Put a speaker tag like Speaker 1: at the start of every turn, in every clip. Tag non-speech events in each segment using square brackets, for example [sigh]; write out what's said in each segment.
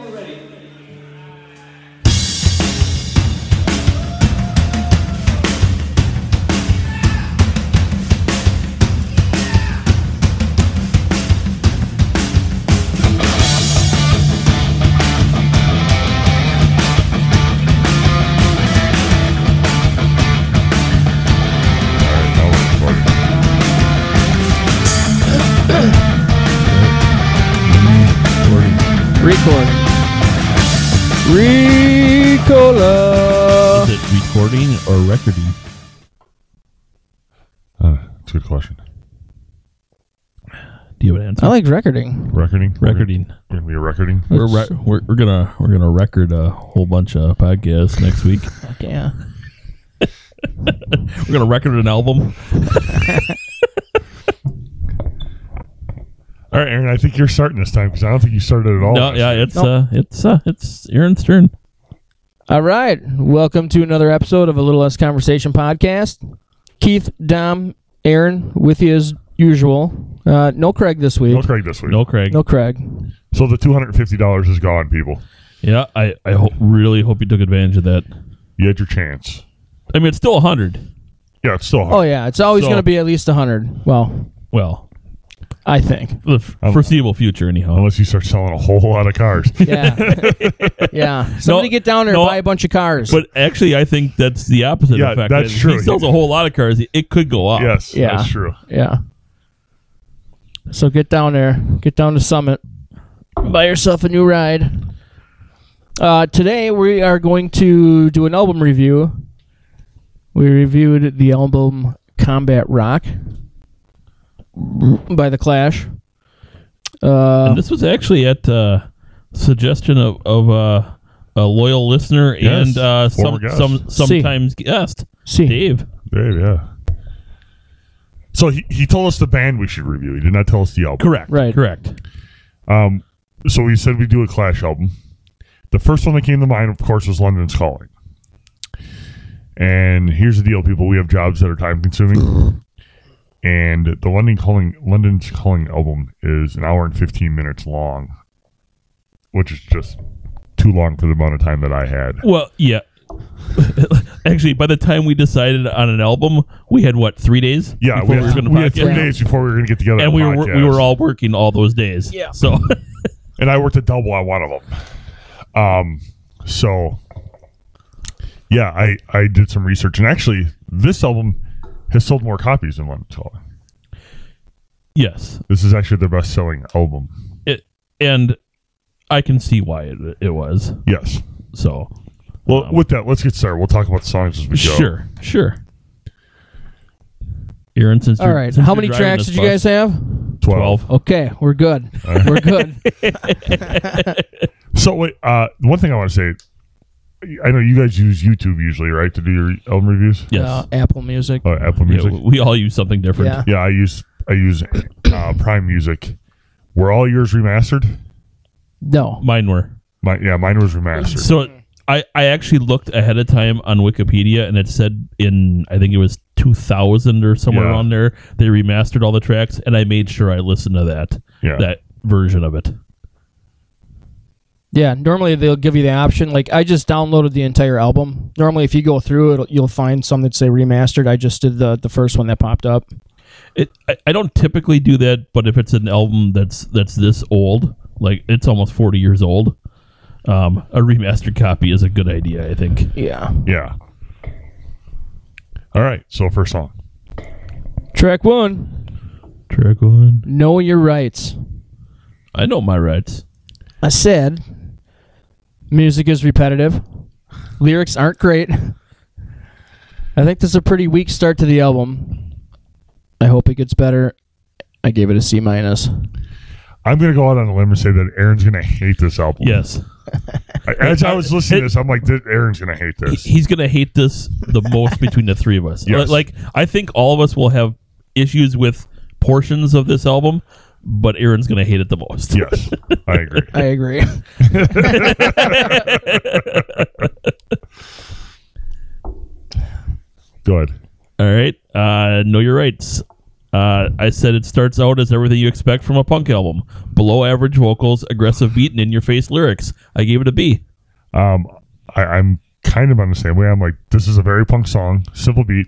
Speaker 1: we're ready.
Speaker 2: Record. Ricola.
Speaker 3: Is it recording or recording?
Speaker 4: Uh, that's a good question.
Speaker 3: Do you have an answer?
Speaker 2: I like recording.
Speaker 4: Recording?
Speaker 3: recording.
Speaker 4: We're gonna be recording.
Speaker 3: We're, re- we're we're gonna we're gonna record a whole bunch of podcasts next week.
Speaker 2: Fuck yeah.
Speaker 3: we're gonna record an album.
Speaker 4: All right, Aaron. I think you're starting this time because I don't think you started at all.
Speaker 3: no,
Speaker 4: last
Speaker 3: yeah,
Speaker 4: time.
Speaker 3: it's uh, it's uh, it's Aaron Stern.
Speaker 2: All right. Welcome to another episode of A Little Less Conversation podcast. Keith, Dom, Aaron with you as usual. Uh, no Craig this week.
Speaker 4: No Craig this week.
Speaker 3: No, Craig.
Speaker 2: No Craig.
Speaker 4: So the two hundred and fifty dollars is gone, people.
Speaker 3: Yeah, I I ho- really hope you took advantage of that.
Speaker 4: You had your chance.
Speaker 3: I mean, it's still a hundred.
Speaker 4: Yeah, it's still
Speaker 2: Oh,
Speaker 4: hard.
Speaker 2: yeah. It's always
Speaker 3: So-
Speaker 2: going to be at least 100. Well,
Speaker 3: Well,
Speaker 2: I
Speaker 3: [laughs]
Speaker 2: think.
Speaker 3: the f-
Speaker 4: Um,
Speaker 3: foreseeable future, anyhow.
Speaker 4: Unless you start selling a whole lot of cars.
Speaker 2: [laughs] Yeah. yeah. Somebody get down there
Speaker 3: no,
Speaker 2: and buy a bunch of cars.
Speaker 3: But actually, I think that's the opposite
Speaker 4: Yeah,
Speaker 3: effect.
Speaker 4: that's
Speaker 3: If
Speaker 4: true.
Speaker 3: He sells a whole lot of cars. It could go up.
Speaker 4: yes,
Speaker 2: Yeah.
Speaker 4: that's true.
Speaker 2: Yeah. So get down there. Get down to Summit. Buy yourself a new ride. Uh, today we are going to do an album review. We reviewed the album Combat Rock by The Clash. Uh,
Speaker 3: And this was actually at uh, suggestion of, of uh, a loyal listener
Speaker 4: Yes,
Speaker 3: and uh,
Speaker 4: former
Speaker 3: some,
Speaker 4: guest.
Speaker 3: some sometimes guest
Speaker 2: see,
Speaker 3: Dave.
Speaker 4: Dave, yeah. So he, he told us the band we should review. He did not tell us the album.
Speaker 3: Correct.
Speaker 2: Right.
Speaker 3: Correct.
Speaker 4: Um, so we said we do a Clash album. The first one that came to mind, of course, was London's Calling. And here's the deal, people: we have jobs that are time
Speaker 2: [laughs]
Speaker 4: consuming, and the London Calling London's Calling album is an hour and fifteen minutes long, which is just too long for the amount of time that I had.
Speaker 3: Well, yeah. [laughs] actually, by the time we decided on an album, we had what three days?
Speaker 4: Yeah,
Speaker 3: before
Speaker 4: we had,
Speaker 3: were gonna
Speaker 4: we had three
Speaker 3: podcast?
Speaker 4: days before we were going to get together,
Speaker 3: and
Speaker 4: on
Speaker 3: we
Speaker 4: the
Speaker 3: were we
Speaker 4: podcast.
Speaker 3: were all working all those days.
Speaker 2: Yeah.
Speaker 3: So [laughs]
Speaker 4: and I worked a double on one of them. Um, so yeah, I I did some research, and actually, this album has sold more copies than London Calling.
Speaker 3: yes,
Speaker 4: This is actually their best selling album.
Speaker 3: it and I can see why it, it was.
Speaker 4: Yes.
Speaker 3: So
Speaker 4: Well,
Speaker 3: Um,
Speaker 4: with that, let's get started. We'll talk about songs as we go.
Speaker 3: sure, sure. Aaron, since
Speaker 2: all
Speaker 3: you're-
Speaker 2: right.
Speaker 3: since
Speaker 2: How
Speaker 3: you're
Speaker 2: many
Speaker 3: driving
Speaker 2: tracks
Speaker 3: this
Speaker 2: did you
Speaker 3: bus-
Speaker 2: guys have?
Speaker 4: Twelve.
Speaker 3: Twelve.
Speaker 2: Okay, we're good. We're good.
Speaker 4: So wait, uh, one thing I want to say, I know you guys use YouTube usually, right, to do your album reviews.
Speaker 3: [laughs] Yes.
Speaker 2: Uh, Apple Music.
Speaker 4: Uh, Apple
Speaker 3: Yeah,
Speaker 4: Music.
Speaker 3: w- we all use something different.
Speaker 2: Yeah.
Speaker 4: yeah, I use I use uh, Prime Music. Were all yours remastered?
Speaker 2: No.
Speaker 3: Mine were.
Speaker 4: My, yeah, mine was remastered.
Speaker 3: So I, I actually looked ahead of time on Wikipedia and it said in I think it was 2000 or somewhere
Speaker 4: Yeah.
Speaker 3: around there they remastered all the tracks and I made sure I listened to that
Speaker 4: Yeah.
Speaker 3: that version of it.
Speaker 2: Yeah, normally they'll give you the option. Like I just downloaded the entire album. Normally, if you go through it, you'll find some that say remastered. I just did the the first one that popped up.
Speaker 3: It I, I don't typically do that, but if it's an album that's that's this old, like it's almost 40 years old, um, a remastered copy is a good idea, I think.
Speaker 2: Yeah.
Speaker 4: Yeah. All right. So first song.
Speaker 2: Track one.
Speaker 3: Track one.
Speaker 2: Know your rights.
Speaker 3: I know my rights.
Speaker 2: I said, music is repetitive. Lyrics aren't great. I think this is a pretty weak start to the album. I hope it gets better. I gave it a C minus.
Speaker 4: I'm gonna go out on a limb and say that Aaron's gonna hate this album.
Speaker 3: Yes.
Speaker 4: I- As I was listening to this, I'm like, "Th- Aaron's gonna hate
Speaker 3: He- [laughs]
Speaker 4: this.
Speaker 3: He's going to hate this the most between the three of us.
Speaker 4: Yes.
Speaker 3: Like, I think all of us will have issues with portions of this album, but Aaron's going to hate it the most.
Speaker 4: Yes, I agree.
Speaker 2: I agree.
Speaker 4: Good.
Speaker 3: All right. Uh, know your rights. Uh, I said it starts out as everything you expect from a punk album: below average vocals, aggressive beat, and in-your-face lyrics. I gave it a B.
Speaker 4: Um, I, I'm kind of on the same way. I'm like, this is a very punk song, simple beat,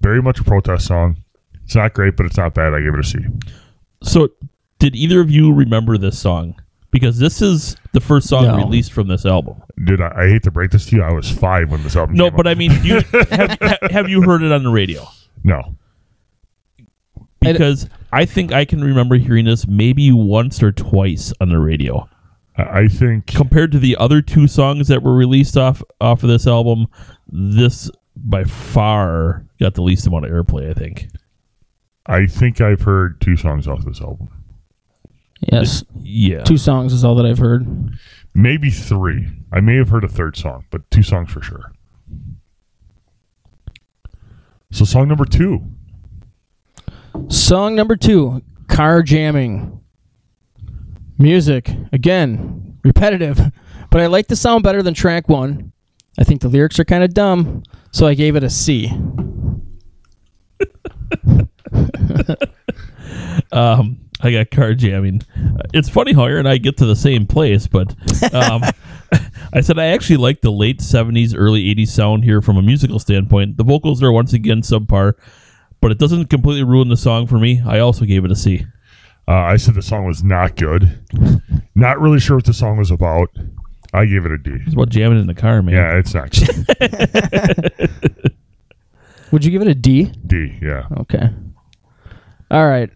Speaker 4: very much a protest song. It's not great, but it's not bad. I give it a C.
Speaker 3: So, did either of you remember this song? Because this is the first song
Speaker 2: No.
Speaker 3: released from this album.
Speaker 4: Dude, I, I hate to break this to you. I was five when this album.
Speaker 3: No,
Speaker 4: came
Speaker 3: but
Speaker 4: out.
Speaker 3: I mean, do you, have, ha- have you heard it on the radio?
Speaker 4: no.
Speaker 2: And-
Speaker 3: Because I think I can remember hearing this maybe once or twice on the radio.
Speaker 4: I, I think
Speaker 3: Compared to the other two songs that were released off off of this album, this by far got the least amount of airplay. I think.
Speaker 4: I think I've heard two songs off this album,
Speaker 2: yes,
Speaker 3: Yeah.
Speaker 2: two songs is all that I've heard.
Speaker 4: maybe three. I may have heard a third song, but two songs for sure. So song number two.
Speaker 2: Song number two, car jamming. Music again, repetitive, [laughs] but I like the sound better than track one. I think the lyrics are kind of dumb, so I gave it a C.
Speaker 3: Um, I got car jamming. It's funny how Aaron and I get to the same place, but um, [laughs] I said I actually like the late 70s, early 80s sound here from a musical standpoint. The vocals are once again subpar, but it doesn't completely ruin the song for me. I also gave it a C.
Speaker 4: Uh, I said the song was not good. Not really sure what the song was about. I gave it a D.
Speaker 3: It's about jamming in the car, man.
Speaker 4: Yeah, it's not good. [laughs]
Speaker 2: Would you give it a D?
Speaker 4: D. Yeah.
Speaker 2: Okay. All right.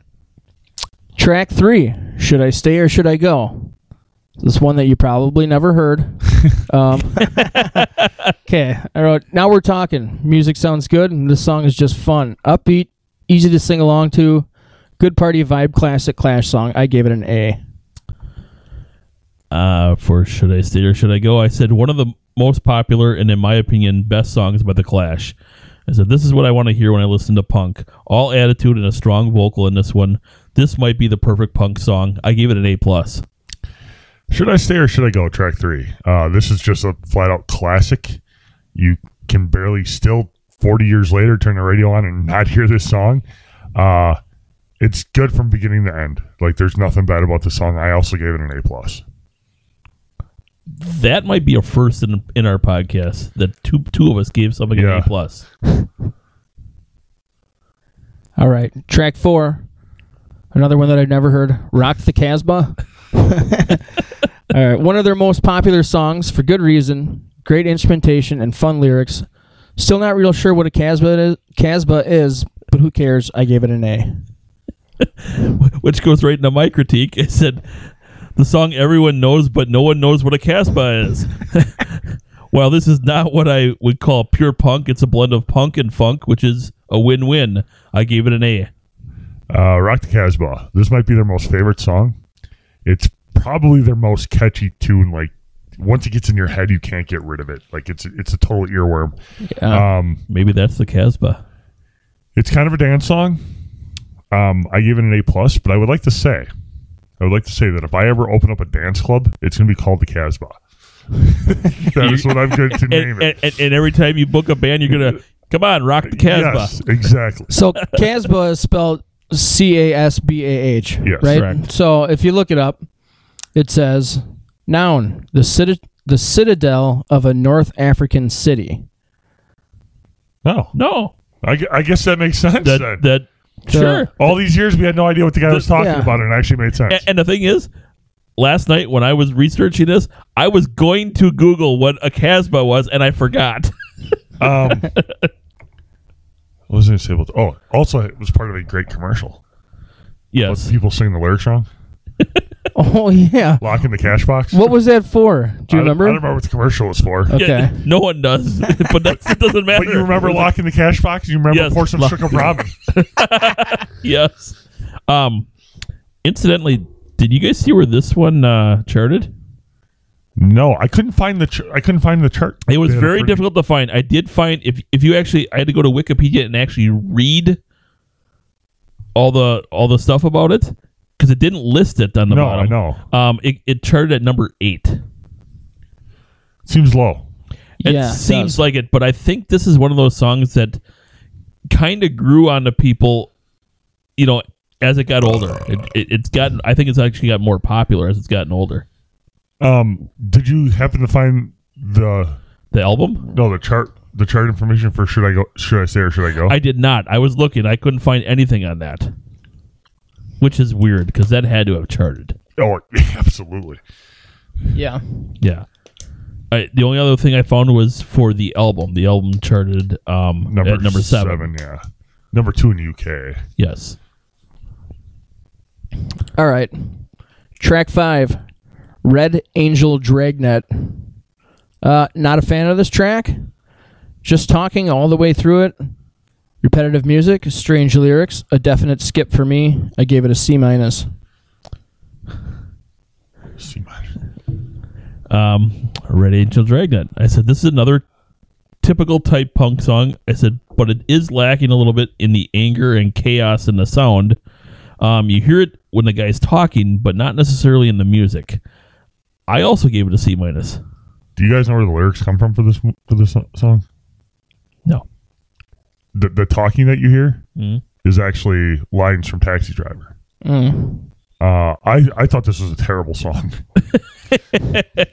Speaker 2: Track three. Should I stay or should I go? This one that you probably never heard. um, okay. I wrote. Now we're talking. Music sounds good, and this song is just fun, upbeat, easy to sing along to. Good party vibe, classic Clash song. I gave it an A.
Speaker 3: Uh, for Should I Stay or Should I Go? I said one of the most popular and, in my opinion, best songs by The Clash. I said, This is what I want to hear when I listen to punk. All attitude and a strong vocal in this one. This might be the perfect punk song. I gave it an A. plus.
Speaker 4: Should I stay or should I go? Track three. Uh, this is just a flat out classic. You can barely still 40 years later turn the radio on and not hear this song. Uh, it's good from beginning to end. Like there's nothing bad about the song. I also gave it an A plus.
Speaker 3: That might be a first in, in our podcast that two two of us gave something
Speaker 4: Yeah.
Speaker 3: an A. plus.
Speaker 2: All right. Track four. Another one that I've never heard. Rock the Casbah. [laughs] All right. One of their most popular songs for good reason. Great instrumentation and fun lyrics. Still not real sure what a Casbah is, Casbah is but who cares? I gave it an A.
Speaker 3: which goes right into my critique. [laughs] It said the song everyone knows, but no one knows what a Casbah is. [laughs] While this is not what I would call pure punk, it's a blend of punk and funk, which is a win-win. I gave it an A.
Speaker 4: Uh, Rock the Casbah. This might be their most favorite song. It's probably their most catchy tune. Like once it gets in your head, you can't get rid of it. Like it's it's a total earworm.
Speaker 2: Yeah.
Speaker 4: Um,
Speaker 3: Maybe that's the Casbah.
Speaker 4: It's kind of a dance song. Um, I give it an A plus, but I would like to say, I would like to say that if I ever open up a dance club, it's going to be called the Casbah. [laughs] that is what I'm going
Speaker 3: [laughs]
Speaker 4: to name it.
Speaker 3: And, and, and, and every time you book a band, you're gonna come on, rock the Casbah.
Speaker 4: Yes, exactly.
Speaker 2: So Casbah is spelled C A S B A H.
Speaker 4: Yes.
Speaker 2: Right.
Speaker 3: Correct.
Speaker 2: So if you look it up, it says noun the citi- the citadel of a North African city.
Speaker 4: No,
Speaker 3: No,
Speaker 4: I, gu- I guess that makes sense.
Speaker 3: that
Speaker 4: then.
Speaker 3: that uh, sure.
Speaker 4: All these years, we had no idea what the guy was talking
Speaker 2: Yeah.
Speaker 4: about, and it actually made sense.
Speaker 3: A- And, the thing is, last night when I was researching this, I was going to Google what a Casbah was, and I forgot. [laughs]
Speaker 4: Um, what was I gonna say about- Oh, also, it was part of a great commercial.
Speaker 3: yes,
Speaker 4: People sing the lyrics wrong.
Speaker 2: Oh yeah.
Speaker 4: Lock in the cash box.
Speaker 2: What was that for? Do you
Speaker 4: I don't- I don't
Speaker 2: remember?
Speaker 4: remember what the commercial was
Speaker 3: [laughs]
Speaker 4: for.
Speaker 2: [laughs] Okay.
Speaker 3: Yeah, no one does, [laughs] but that it doesn't matter.
Speaker 4: But you remember locking the cash box? You remember
Speaker 3: Yes,
Speaker 4: pour some
Speaker 3: lock-
Speaker 4: sugar
Speaker 3: [laughs]
Speaker 4: ramen?
Speaker 3: Yes. Um. Incidentally, did you guys see where this one uh, charted?
Speaker 4: No, I couldn't find the. Ch- I couldn't find the chart.
Speaker 3: It was
Speaker 4: They had a
Speaker 3: very
Speaker 4: freaking-
Speaker 3: difficult to find. I did find if if you actually, I had to go to Wikipedia and actually read all the all the stuff about it because it didn't list it on the
Speaker 4: No,
Speaker 3: bottom.
Speaker 4: I know.
Speaker 3: Um, it, it charted at number eight.
Speaker 4: Seems low.
Speaker 3: It
Speaker 2: yeah.
Speaker 3: seems
Speaker 2: does.
Speaker 3: like it, but I think this is one of those songs that kind of grew onto people, you know, as it got older. It, it, it's gotten, I think it's actually got more popular as it's gotten older.
Speaker 4: Um, did you happen to find the
Speaker 3: The album?
Speaker 4: no the chart the chart information for should I go should I stay or should I go?
Speaker 3: I did not. I was looking. I couldn't find anything on that, which is weird because that had to have charted.
Speaker 4: [laughs] oh, [laughs] absolutely.
Speaker 2: yeah.
Speaker 3: Yeah. I, the only other thing I found was for the album. The album charted um,
Speaker 4: Number
Speaker 3: at number seven.
Speaker 4: Yeah, number two in the UK.
Speaker 3: Yes.
Speaker 2: All right. Track five, Red Angel Dragnet. Uh, not a fan of this track. Just talking all the way through it. Repetitive music, strange lyrics, a definite skip for me. I gave it a C minus.
Speaker 4: C minus.
Speaker 3: um, Red Angel Dragnet. I said, this is another typical type punk song. I said, but it is lacking a little bit in the anger and chaos in the sound. Um, you hear it when the guy's talking, but not necessarily in the music. I also gave it a C minus.
Speaker 4: Do you guys know where the lyrics come from for this for this so- song?
Speaker 3: No.
Speaker 4: The the talking that you hear
Speaker 3: Mhm.
Speaker 4: is actually lines from Taxi Driver.
Speaker 2: Mm.
Speaker 4: Uh, I I thought this was a terrible song. the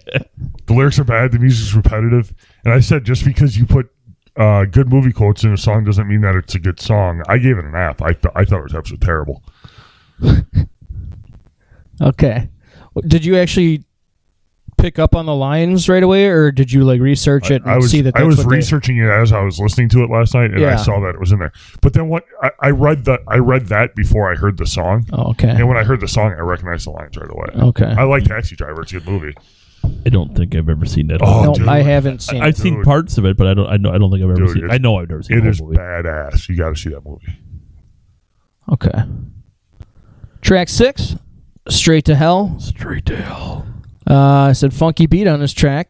Speaker 4: lyrics are bad. The music's repetitive. And I said just because you put uh, good movie quotes in a song doesn't mean that it's a good song. I gave it an F. I th- I thought it was absolutely terrible.
Speaker 2: Okay. Did you actually pick up on the lines right away, or did you like research it and
Speaker 4: I was
Speaker 2: see that? That's
Speaker 4: I was
Speaker 2: what they-
Speaker 4: researching it as I was listening to it last night, and
Speaker 2: Yeah.
Speaker 4: I saw that it was in there. But then what I, I read that I read that before I heard the song.
Speaker 2: Oh, okay.
Speaker 4: And when I heard the song, I recognized the lines right away.
Speaker 2: Okay.
Speaker 4: I like Taxi Driver. It's a good movie.
Speaker 3: I don't think I've ever seen that.
Speaker 4: Oh,
Speaker 2: no,
Speaker 4: dude.
Speaker 2: I haven't seen.
Speaker 3: I've
Speaker 2: it.
Speaker 3: seen
Speaker 4: Dude.
Speaker 3: parts of it, but I don't. I know. I don't think I've ever
Speaker 4: Dude,
Speaker 3: seen.
Speaker 4: it's-
Speaker 3: I know I've never seen
Speaker 4: It
Speaker 3: the
Speaker 4: is
Speaker 3: whole movie.
Speaker 4: badass. You got to see that movie.
Speaker 2: Okay. Track six, straight to hell.
Speaker 3: Straight to hell.
Speaker 2: Uh, I said funky beat on this track,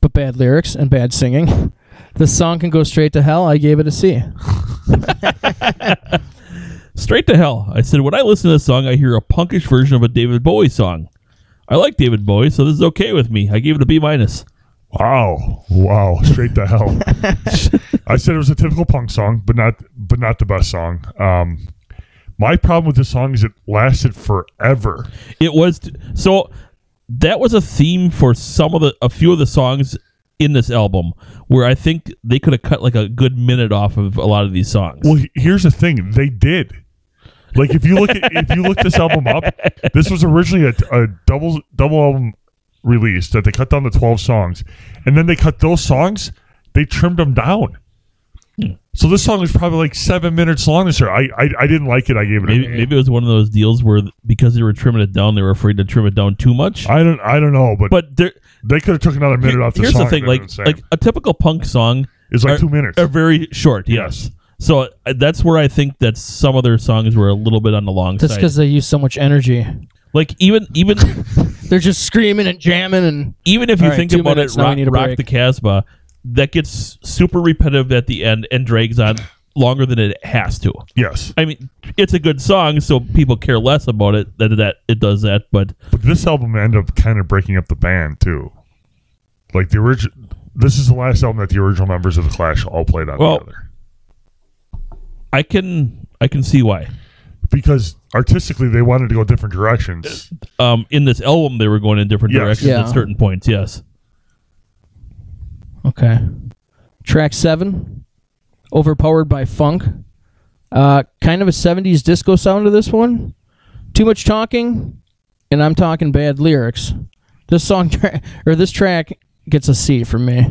Speaker 2: but bad lyrics and bad singing. [laughs] This song can go straight to hell. I gave it a C.
Speaker 3: Straight to hell. I said, when I listen to this song, I hear a punkish version of a David Bowie song. I like David Bowie, so this is okay with me. I gave it a B minus.
Speaker 4: Wow, wow, straight to hell. I said it was a typical punk song, but not, but not the best song. Um, my problem with this song is it lasted forever.
Speaker 3: It was so that was a theme for some of the a few of the songs in this album where I think they could have cut like a good minute off of a lot of these songs.
Speaker 4: Well, he- here's the thing: they did. Like if you look at if you look this album up, this was originally a, a double double album release that they cut down to twelve songs, and then they cut those songs, they trimmed them down. So this song is probably like seven minutes long. This year, I I, I didn't like it. I gave it.
Speaker 3: maybe,
Speaker 4: an A.
Speaker 3: maybe it was one of those deals where th- because they were trimming it down, they were afraid to trim it down too much.
Speaker 4: I don't I don't know, but,
Speaker 3: but there,
Speaker 4: they could have took another minute off the
Speaker 3: here's
Speaker 4: song.
Speaker 3: the thing,
Speaker 4: and been
Speaker 3: like
Speaker 4: the same.
Speaker 3: like a typical punk song
Speaker 4: it's like
Speaker 3: are-
Speaker 4: two minutes.
Speaker 3: are very short. Yes.
Speaker 4: Yes.
Speaker 3: So uh, that's where I think that some of their songs were a little bit on the long
Speaker 2: That's
Speaker 3: side.
Speaker 2: because they use so much energy.
Speaker 3: like even
Speaker 2: [laughs]
Speaker 3: even
Speaker 2: They're just screaming and jamming and
Speaker 3: even if you
Speaker 2: All right,
Speaker 3: think
Speaker 2: two
Speaker 3: about
Speaker 2: minutes,
Speaker 3: it,
Speaker 2: now we
Speaker 3: rock,
Speaker 2: need a
Speaker 3: rock
Speaker 2: break.
Speaker 3: the Casbah, that gets super repetitive at the end and drags on longer than it has to.
Speaker 4: yes,
Speaker 3: I mean, it's a good song, so people care less about it that that it does that. But
Speaker 4: but this album ended up kind of breaking up the band too. Like the original, this is the last album that the original members of the Clash all played on
Speaker 3: Well-
Speaker 4: together.
Speaker 3: I can I can see why.
Speaker 4: because artistically they wanted to go different directions.
Speaker 3: Um, in this album, they were going in different
Speaker 4: Yes.
Speaker 3: directions
Speaker 2: Yeah.
Speaker 3: at certain points. Yes.
Speaker 2: Okay. Track seven, overpowered by funk. Uh, kind of a '70s disco sound to this one. Too much talking, and I'm talking bad lyrics. This song [laughs] tra- or this track gets a C from me.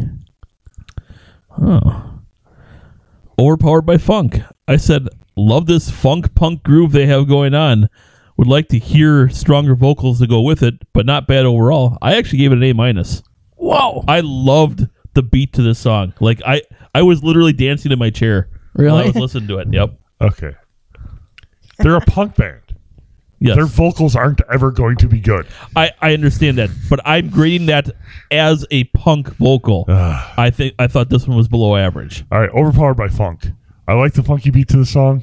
Speaker 3: overpowered by funk. I said, love this funk punk groove they have going on. Would like to hear stronger vocals to go with it, but not bad overall. I actually gave it an A minus. Wow! I loved the beat to this song. Like I, I was literally dancing in my chair while I
Speaker 2: Really?
Speaker 3: was listening to it. Yep.
Speaker 4: Okay. They're a punk band.
Speaker 3: [laughs] Yes.
Speaker 4: Their vocals aren't ever going to be good.
Speaker 3: I, I understand that, but I'm grading that as a punk vocal. I think I thought this one was below average.
Speaker 4: All right, overpowered by funk. I like the funky beat to the song.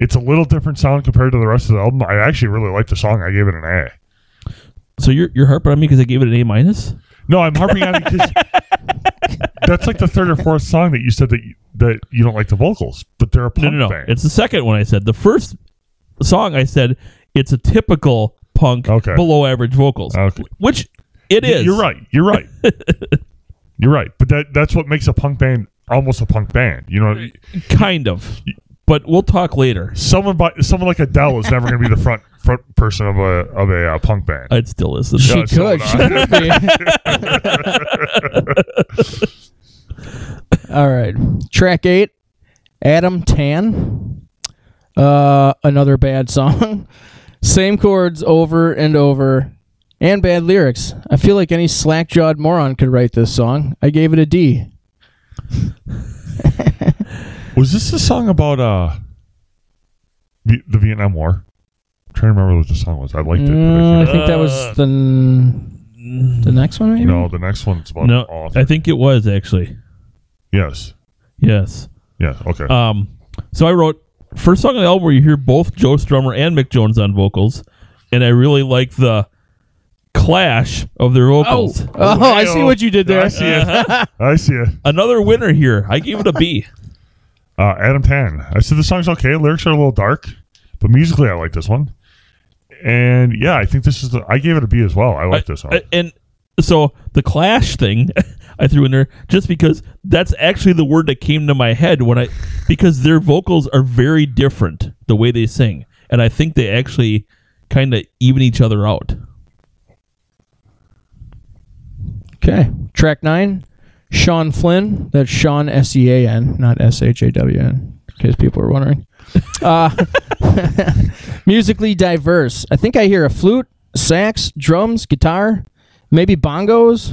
Speaker 4: It's a little different sound compared to the rest of the album. I actually really like the song. I gave it an A.
Speaker 3: So you're you're harping on me because I gave it an A minus.
Speaker 4: No, I'm harping on it because that's like the third or fourth song that you said that you, that you don't like the vocals, but they're a punk
Speaker 3: No, no, no.
Speaker 4: band.
Speaker 3: It's the second one I said. The first song I said it's a typical punk
Speaker 4: Okay.
Speaker 3: below average vocals,
Speaker 4: Okay.
Speaker 3: which it
Speaker 4: Y-
Speaker 3: is.
Speaker 4: You're right. You're right. you're right. But that that's what makes a punk band almost a punk band. You know,
Speaker 3: kind of. But we'll talk later.
Speaker 4: someone by, someone like Adele is never going to be the front front person of a of a uh, punk band.
Speaker 3: I'd still listen.
Speaker 2: She
Speaker 4: Yeah, it's
Speaker 2: could. She [laughs]
Speaker 4: going
Speaker 2: could be. All right. Track eight Adam Tan. Uh, another bad song. [laughs] Same chords over and over. And bad lyrics. I feel like any slack jawed moron could write this song. I gave it a D.
Speaker 4: Was this the song about uh the, the Vietnam War? I'm trying to remember what the song was. I liked it.
Speaker 2: Mm, I
Speaker 4: but I can't-
Speaker 2: think that was the, the next one, maybe?
Speaker 4: no, the next one's about
Speaker 3: No,
Speaker 4: an author.
Speaker 3: I think it was actually
Speaker 4: yes.
Speaker 3: yes.
Speaker 4: Yeah. Okay.
Speaker 3: Um, so I wrote first song on the album where you hear both Joe Strummer and Mick Jones on vocals, and I really like the clash of their vocals.
Speaker 2: [laughs] Oh, I see what you did there.
Speaker 4: I see it.
Speaker 2: [laughs]
Speaker 4: I see it.
Speaker 3: Another winner here. I gave it a B.
Speaker 4: Uh, Adam Tan. I said the song's okay. Lyrics are a little dark, but musically I like this one. And yeah, I think this is the. I gave it a B as well. I like this one.
Speaker 3: I- and so the clash thing [laughs] I threw in there just because that's actually the word that came to my head when I because their vocals are very different the way they sing, and I think they actually kind of even each other out.
Speaker 2: Okay. Track nine, Sean Flynn. That's Sean S E A N, not S H A W N, in case people are wondering. Uh, [laughs] musically diverse. I think I hear a flute, sax, drums, guitar, maybe bongos,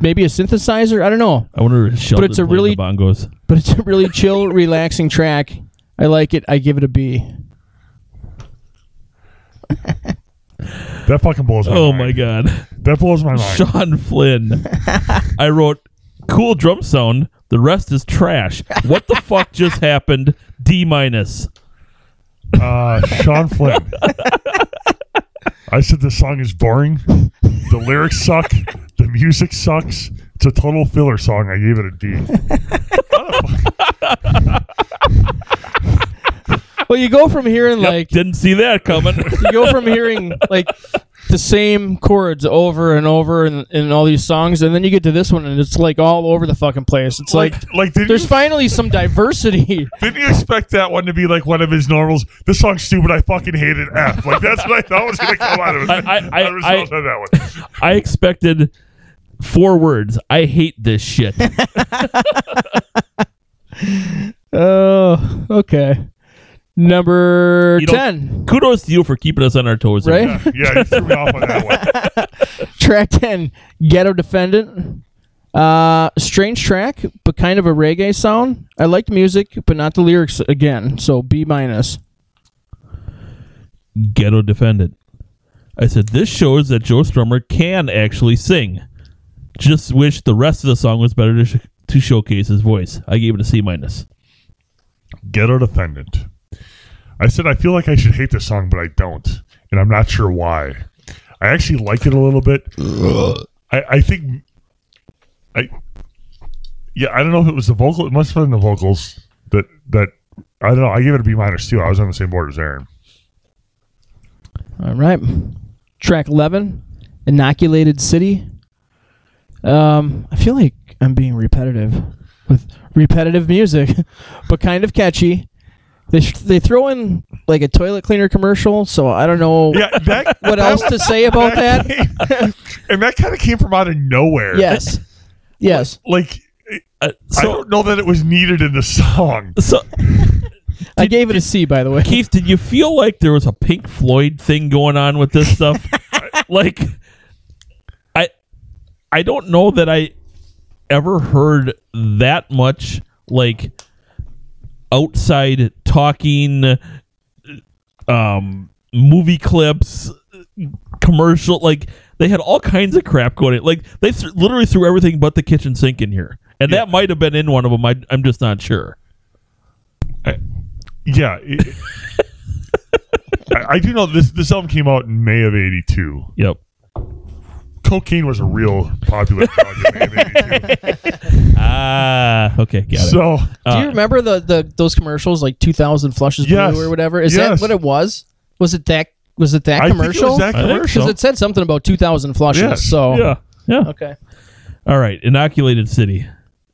Speaker 2: maybe a synthesizer. I don't know.
Speaker 3: I wonder if Sheldon
Speaker 2: it's a
Speaker 3: played the
Speaker 2: really-
Speaker 3: bongos.
Speaker 2: But it's a really chill, [laughs] relaxing track. I like it. I give it a B.
Speaker 4: that fucking blows my
Speaker 3: Oh
Speaker 4: mind.
Speaker 3: my god.
Speaker 4: That blows my mind.
Speaker 3: Sean
Speaker 2: [laughs]
Speaker 3: Flynn. I wrote cool drum sound. The rest is trash. What the fuck just happened? D minus.
Speaker 4: Uh, Sean [laughs] Flynn. I said this song is boring. The lyrics suck. The music sucks. It's a total filler song. I gave it a D.
Speaker 2: Well, you go from hearing like
Speaker 3: Didn't see that
Speaker 2: [laughs]
Speaker 3: coming.
Speaker 2: you go from hearing like the same chords over and over in, in all these songs, and then you get to this one, and it's like all over the fucking place. It's like,
Speaker 4: Like, didn't
Speaker 2: there's
Speaker 4: you,
Speaker 2: finally some diversity.
Speaker 4: didn't you expect that one to be like one of his normals? This song's stupid. I fucking hated F. Like, that's what I thought was going to come out of it.
Speaker 3: I- I- I-
Speaker 4: the result of that one.
Speaker 3: I expected four words. I hate this
Speaker 2: [laughs]
Speaker 3: shit.
Speaker 2: [laughs] Oh, okay. Number
Speaker 3: You don't-
Speaker 2: [laughs] ten,
Speaker 3: Kudos to you for keeping us on our toes. there.
Speaker 2: right? [laughs]
Speaker 4: Yeah, you threw me off on that one.
Speaker 2: Track ten, Ghetto Defendant. Uh, strange track, but kind of a reggae sound. I liked music, but not the lyrics again. So B minus.
Speaker 3: Ghetto defendant. I said this shows that Joe Strummer can actually sing. Just wish the rest of the song was better to, sh- to showcase his voice. I gave it a C minus.
Speaker 4: Ghetto Defendant. I said I feel like I should hate this song, but I don't, and I'm not sure why. I actually like it a little bit. I, I think I yeah I don't know if it was the vocal. It must have been the vocals that that I don't know. I gave it a B minus too. I was on the same board as Aaron.
Speaker 2: All right. Track 11, Inoculated City. Um, I feel like I'm being repetitive with repetitive music, [laughs] but kind of catchy. They, sh- they throw in like a toilet cleaner commercial, so I don't know
Speaker 4: Yeah, that
Speaker 2: what else to say [laughs] about that.
Speaker 4: came- [laughs] and that kind of came from out of nowhere.
Speaker 2: Yes. Yes.
Speaker 4: like
Speaker 3: Uh,
Speaker 4: I don't know that it was needed in the song.
Speaker 3: so
Speaker 2: [laughs] I
Speaker 3: Did-
Speaker 2: gave it a C, by the way.
Speaker 3: Keith, did you feel like there was a Pink Floyd thing going on with this stuff? like, I, I don't know that I ever heard that much like outside talking, um, movie clips, commercial. Like they had all kinds of crap going. In. Like they th- literally threw everything but the kitchen sink in here, and that might have been in one of them. I, I'm just not sure.
Speaker 4: Yeah.
Speaker 2: [laughs]
Speaker 4: it- I, I do know this. This album came out in May of '82.
Speaker 3: Yep.
Speaker 4: Cocaine was a real popular drug in May of
Speaker 2: [laughs]
Speaker 4: '82.
Speaker 3: Ah, okay, got it.
Speaker 4: So
Speaker 2: Do you remember the, the those commercials like two thousand flushes
Speaker 4: Yes.
Speaker 2: blue or whatever? Is
Speaker 4: Yes.
Speaker 2: that what it was? Was it that was it that
Speaker 4: I think it
Speaker 2: commercial?
Speaker 4: was that
Speaker 3: I think
Speaker 4: commercial.
Speaker 2: Because it said something about two thousand flushes.
Speaker 4: Yes.
Speaker 2: So
Speaker 3: Yeah. Yeah.
Speaker 2: okay.
Speaker 3: All right. Inoculated City.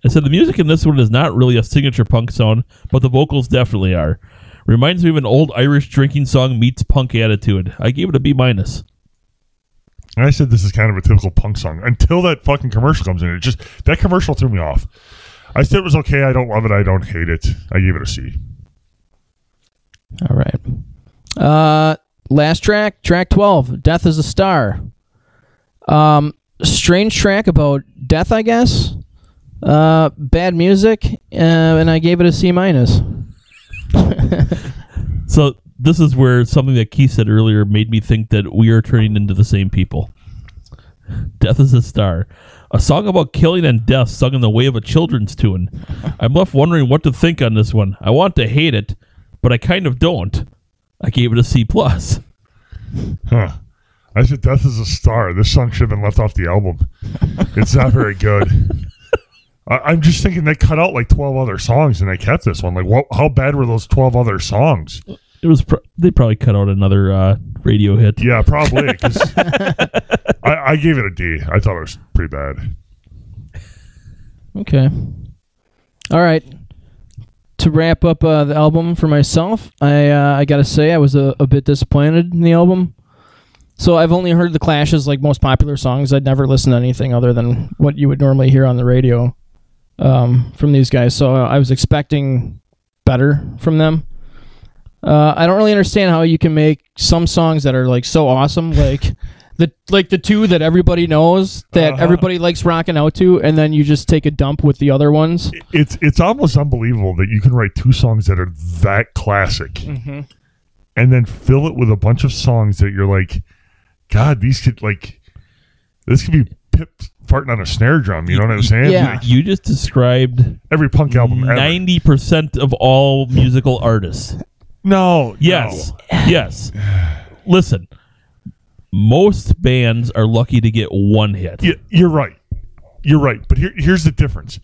Speaker 3: I said the music in this one is not really a signature punk sound, but the vocals definitely are. Reminds me of an old Irish drinking song meets punk attitude. I gave it a B minus.
Speaker 4: And I said this is kind of a typical punk song until that fucking commercial comes in. It just that commercial threw me off. I said it was okay. I don't love it. I don't hate it. I gave it a C.
Speaker 2: All right. Uh, last track, track 12, Death is a Star. Um, strange track about death, I guess. Uh, bad music, uh, and I gave it a C minus.
Speaker 3: So this is where something that Keith said earlier made me think that we are turning into the same people. Death is a Star. A song about killing and death sung in the way of a children's tune. I'm left wondering what to think on this one. I want to hate it, but I kind of don't. I gave it a C plus.
Speaker 4: Huh. I said Death is a Star. This song should have been left off the album. It's not very good. I, I'm just thinking they cut out like 12 other songs and they kept this one. Like, what, how bad were those 12 other songs?
Speaker 3: It was pr- they probably cut out another uh, radio hit.
Speaker 4: Yeah, probably. 'cause I, I gave it a D. I thought it was pretty bad.
Speaker 2: Okay. All right. To wrap up uh, the album for myself, I uh, I gotta say I was a, a bit disappointed in the album. So I've only heard the Clash's like most popular songs. I'd never listened to anything other than what you would normally hear on the radio um, from these guys. So I was expecting better from them. Uh, I don't really understand how you can make some songs that are like so awesome, [laughs] like the like the two that everybody knows that
Speaker 4: Uh-huh.
Speaker 2: everybody likes rocking out to, and then you just take a dump with the other ones.
Speaker 4: It's it's almost unbelievable that you can write two songs that are that classic and then fill it with a bunch of songs that you're like, God, these could like, this could be Pip farting on a snare drum. You know what I'm saying?
Speaker 2: Yeah.
Speaker 3: You just described
Speaker 4: Every punk album ever.
Speaker 3: ninety percent of all musical artists.
Speaker 4: No.
Speaker 3: Yes, yes. Listen, most bands are lucky to get one hit.
Speaker 4: no. Y- You're right. You're right. But here, here's the difference.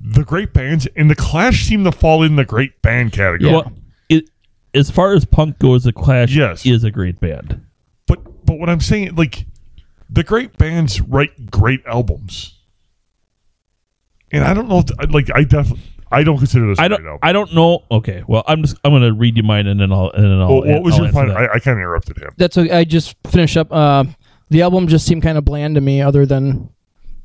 Speaker 4: The great bands and the Clash seem to fall in the great band category.
Speaker 3: Well, it, as far as punk goes, the Clash
Speaker 4: Yes.
Speaker 3: is a great band.
Speaker 4: But but what I'm saying, like, the great bands write great albums. And I don't know if like I definitely I don't consider this a
Speaker 3: I
Speaker 4: great
Speaker 3: don't.
Speaker 4: album.
Speaker 3: I don't know. Okay. Well, I'm just. I'm gonna read you mine and then I'll. And then I'll.
Speaker 4: Well, what was
Speaker 3: I'll
Speaker 4: your
Speaker 3: answer
Speaker 4: final?
Speaker 3: that.
Speaker 4: I, I kind of interrupted him.
Speaker 2: That's okay. I just finished up. Uh, the album just seemed kind of bland to me, other than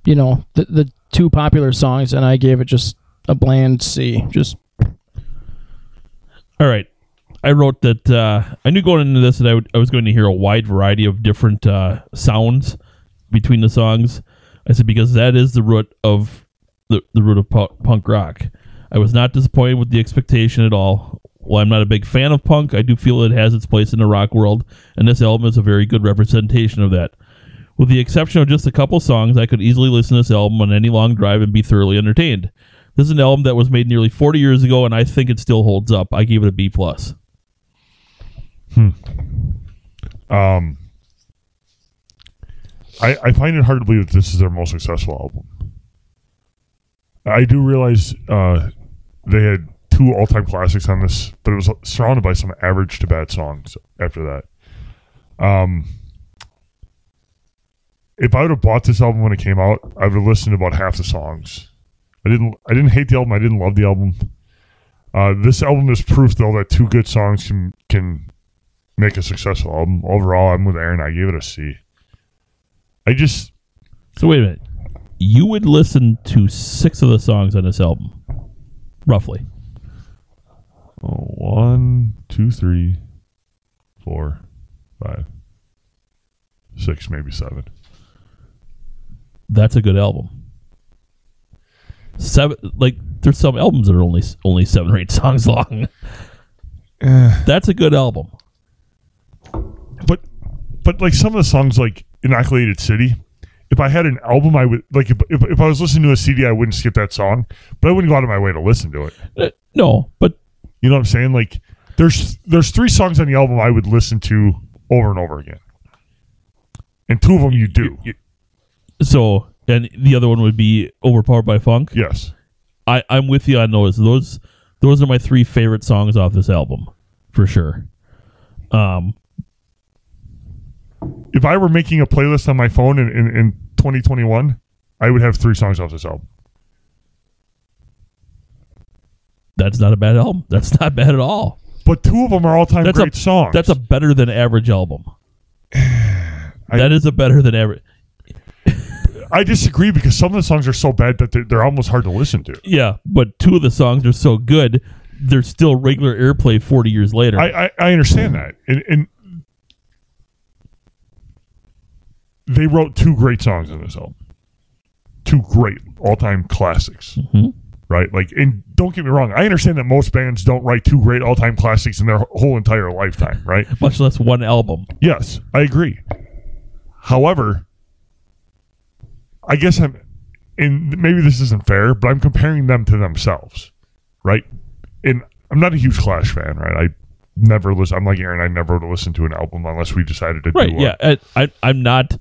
Speaker 2: you know the the two popular songs, and I gave it just a bland C. Just
Speaker 3: All right. I wrote that uh, I knew going into this that I, would, I was going to hear a wide variety of different uh, sounds between the songs. I said because that is the root of the, the root of pu- punk rock. I was not disappointed with the expectation at all. While I'm not a big fan of punk, I do feel it has its place in the rock world, and this album is a very good representation of that. With the exception of just a couple songs, I could easily listen to this album on any long drive and be thoroughly entertained. This is an album that was made nearly 40 years ago, and I think it still holds up. I gave it a B plus.
Speaker 4: Um, I, I find it hard to believe that this is their most successful album. I do realize uh, they had two all time classics on this, but it was surrounded by some average to bad songs after that. Um, if I would have bought this album when it came out, I would have listened to about half the songs. I didn't. I didn't hate the album. I didn't love the album. Uh, this album is proof, though, that two good songs can can make a successful album. Overall, I'm with Aaron. I give it a C. I just
Speaker 3: So wait a minute. You would listen to six of the songs on this album, roughly. Oh,
Speaker 4: One, two, three, four, five, six, maybe seven.
Speaker 3: That's a good album. Seven, like there's some albums that are only only seven or eight [laughs] songs long. That's a good album.
Speaker 4: but but like some of the songs like inoculated city if i had an album i would like if, if, if i was listening to a cd i wouldn't skip that song but i wouldn't go out of my way to listen to it
Speaker 3: Uh, no, but
Speaker 4: you know what i'm saying like there's there's three songs on the album i would listen to over and over again and two of them you do
Speaker 3: so and the other one would be overpowered by funk.
Speaker 4: yes
Speaker 3: I, I'm with you on those. Those those are my three favorite songs off this album, for sure. Um,
Speaker 4: if i were making a playlist on my phone in, in, in 2021 i would have three songs off this album
Speaker 3: that's not a bad album. That's not [laughs] bad at all.
Speaker 4: but two of them are all-time
Speaker 3: That's a-
Speaker 4: great songs
Speaker 3: That's a better than average album.
Speaker 4: [sighs] I-
Speaker 3: that is a better than average.
Speaker 4: i disagree because some of the songs are so bad that they're, they're almost hard to listen to
Speaker 3: Yeah, but two of the songs are so good, they're still regular airplay 40 years later.
Speaker 4: I, I, I understand that. And, and they wrote two great songs in this album. Two great all time classics.
Speaker 3: Mhm.
Speaker 4: Right? Like, and don't get me wrong, I understand that most bands don't write two great all time classics in their whole entire lifetime, right?
Speaker 3: Much less one album.
Speaker 4: Yes, I agree. However, I guess I'm, and maybe this isn't fair, but I'm comparing them to themselves, right? And I'm not a huge Clash fan, right? I never listen. I'm like Aaron. I never would listen to an album unless we decided to
Speaker 3: Right,
Speaker 4: do one.
Speaker 3: yeah. I, I, I'm not,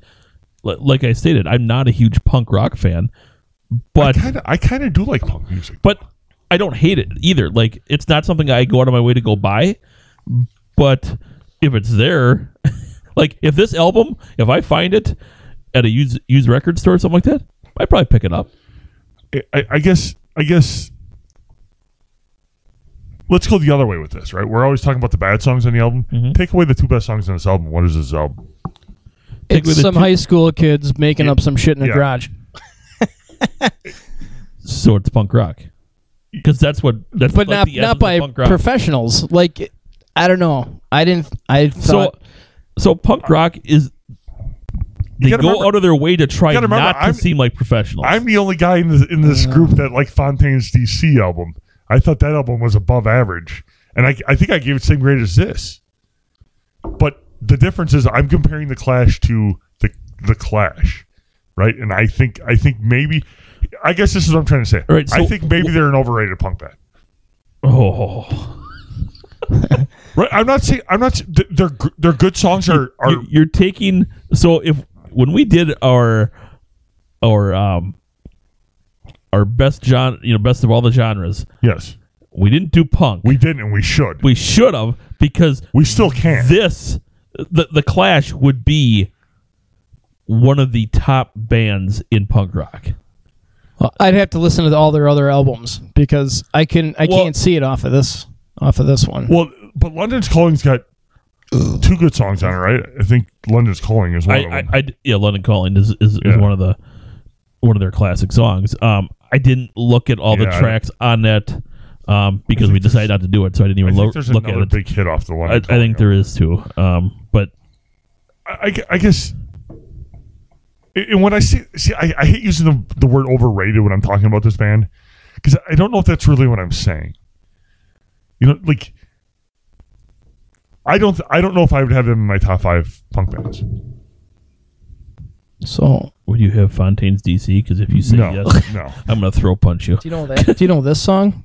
Speaker 3: li- like I stated, I'm not a huge punk rock fan,
Speaker 4: I
Speaker 3: but
Speaker 4: kind of, I kind of do like punk music.
Speaker 3: but I don't hate it either. Like it's not something I go out of my way to go buy, but if it's there, [laughs] like if this album, if I find it at a used used record store or something like that, I'd probably pick it up.
Speaker 4: I, I guess I guess let's go the other way with this, right? We're always talking about the bad songs on the album.
Speaker 3: Mhm.
Speaker 4: Take away the two best songs on this album. What is this album?
Speaker 3: Take
Speaker 2: It's
Speaker 3: away the
Speaker 2: some
Speaker 3: two-
Speaker 2: high school kids making up some shit in a
Speaker 4: Yeah.
Speaker 2: garage.
Speaker 3: So it's punk rock. Because that's what that's
Speaker 2: but
Speaker 3: like
Speaker 2: not
Speaker 3: the essence
Speaker 2: not
Speaker 3: of
Speaker 2: by
Speaker 3: punk rock.
Speaker 2: professionals. Like I don't know. I didn't. I
Speaker 3: so
Speaker 2: thought
Speaker 3: so punk rock is they go
Speaker 4: gotta remember-
Speaker 3: out of their way to try
Speaker 4: you
Speaker 3: not
Speaker 4: gotta remember,
Speaker 3: to
Speaker 4: I'm-
Speaker 3: seem like professionals.
Speaker 4: I'm the only guy in this in this group that like Fontaine's DC album. I thought that album was above average, and I I think I gave it the same grade as this. But the difference is I'm comparing the Clash to the the Clash, right? And I think I think maybe I guess this is what I'm trying to say.
Speaker 3: All right, so-
Speaker 4: I think maybe they're an overrated punk band.
Speaker 3: oh,
Speaker 4: Right? I'm not saying I'm not. s- th- Their gr- their good songs are are
Speaker 3: you're, you're taking so if when we did our our um our best genre, you know, best of all the genres,
Speaker 4: yes.
Speaker 3: we didn't do punk.
Speaker 4: We didn't, and we should. We,
Speaker 3: we should have because
Speaker 4: still can.
Speaker 3: this the the Clash would be one of the top bands in punk rock.
Speaker 2: I'd have to listen to all their other albums because I can I
Speaker 3: Well-
Speaker 2: can't see it off of this off of this one.
Speaker 4: Well, but London's Calling's got two good songs on it, right? I think London's Calling is one
Speaker 3: I,
Speaker 4: of
Speaker 3: I,
Speaker 4: them.
Speaker 3: I d- yeah, London Calling is, is,
Speaker 4: Yeah.
Speaker 3: is one of the one of their classic songs. Um, I didn't look at all
Speaker 4: Yeah,
Speaker 3: the
Speaker 4: I-
Speaker 3: tracks on that um, because we decided not to do it, so I didn't
Speaker 4: I
Speaker 3: even
Speaker 4: think
Speaker 3: lo-
Speaker 4: there's
Speaker 3: look at
Speaker 4: another
Speaker 3: it.
Speaker 4: big hit off the
Speaker 3: I, I
Speaker 4: London. Calling
Speaker 3: think there is too. Um, but
Speaker 4: I, I- I guess. And when I see, see, I, I hate using the, the word overrated when I'm talking about this band because I don't know if that's really what I'm saying. You know, like I don't, I don't know if I would have them in my top five punk bands.
Speaker 2: so
Speaker 3: would you have Fontaine's DC? Because if you say
Speaker 4: no,
Speaker 3: yes,
Speaker 4: [laughs] no.
Speaker 3: I'm gonna throw punch you.
Speaker 2: do you know that? [laughs] do you know this song?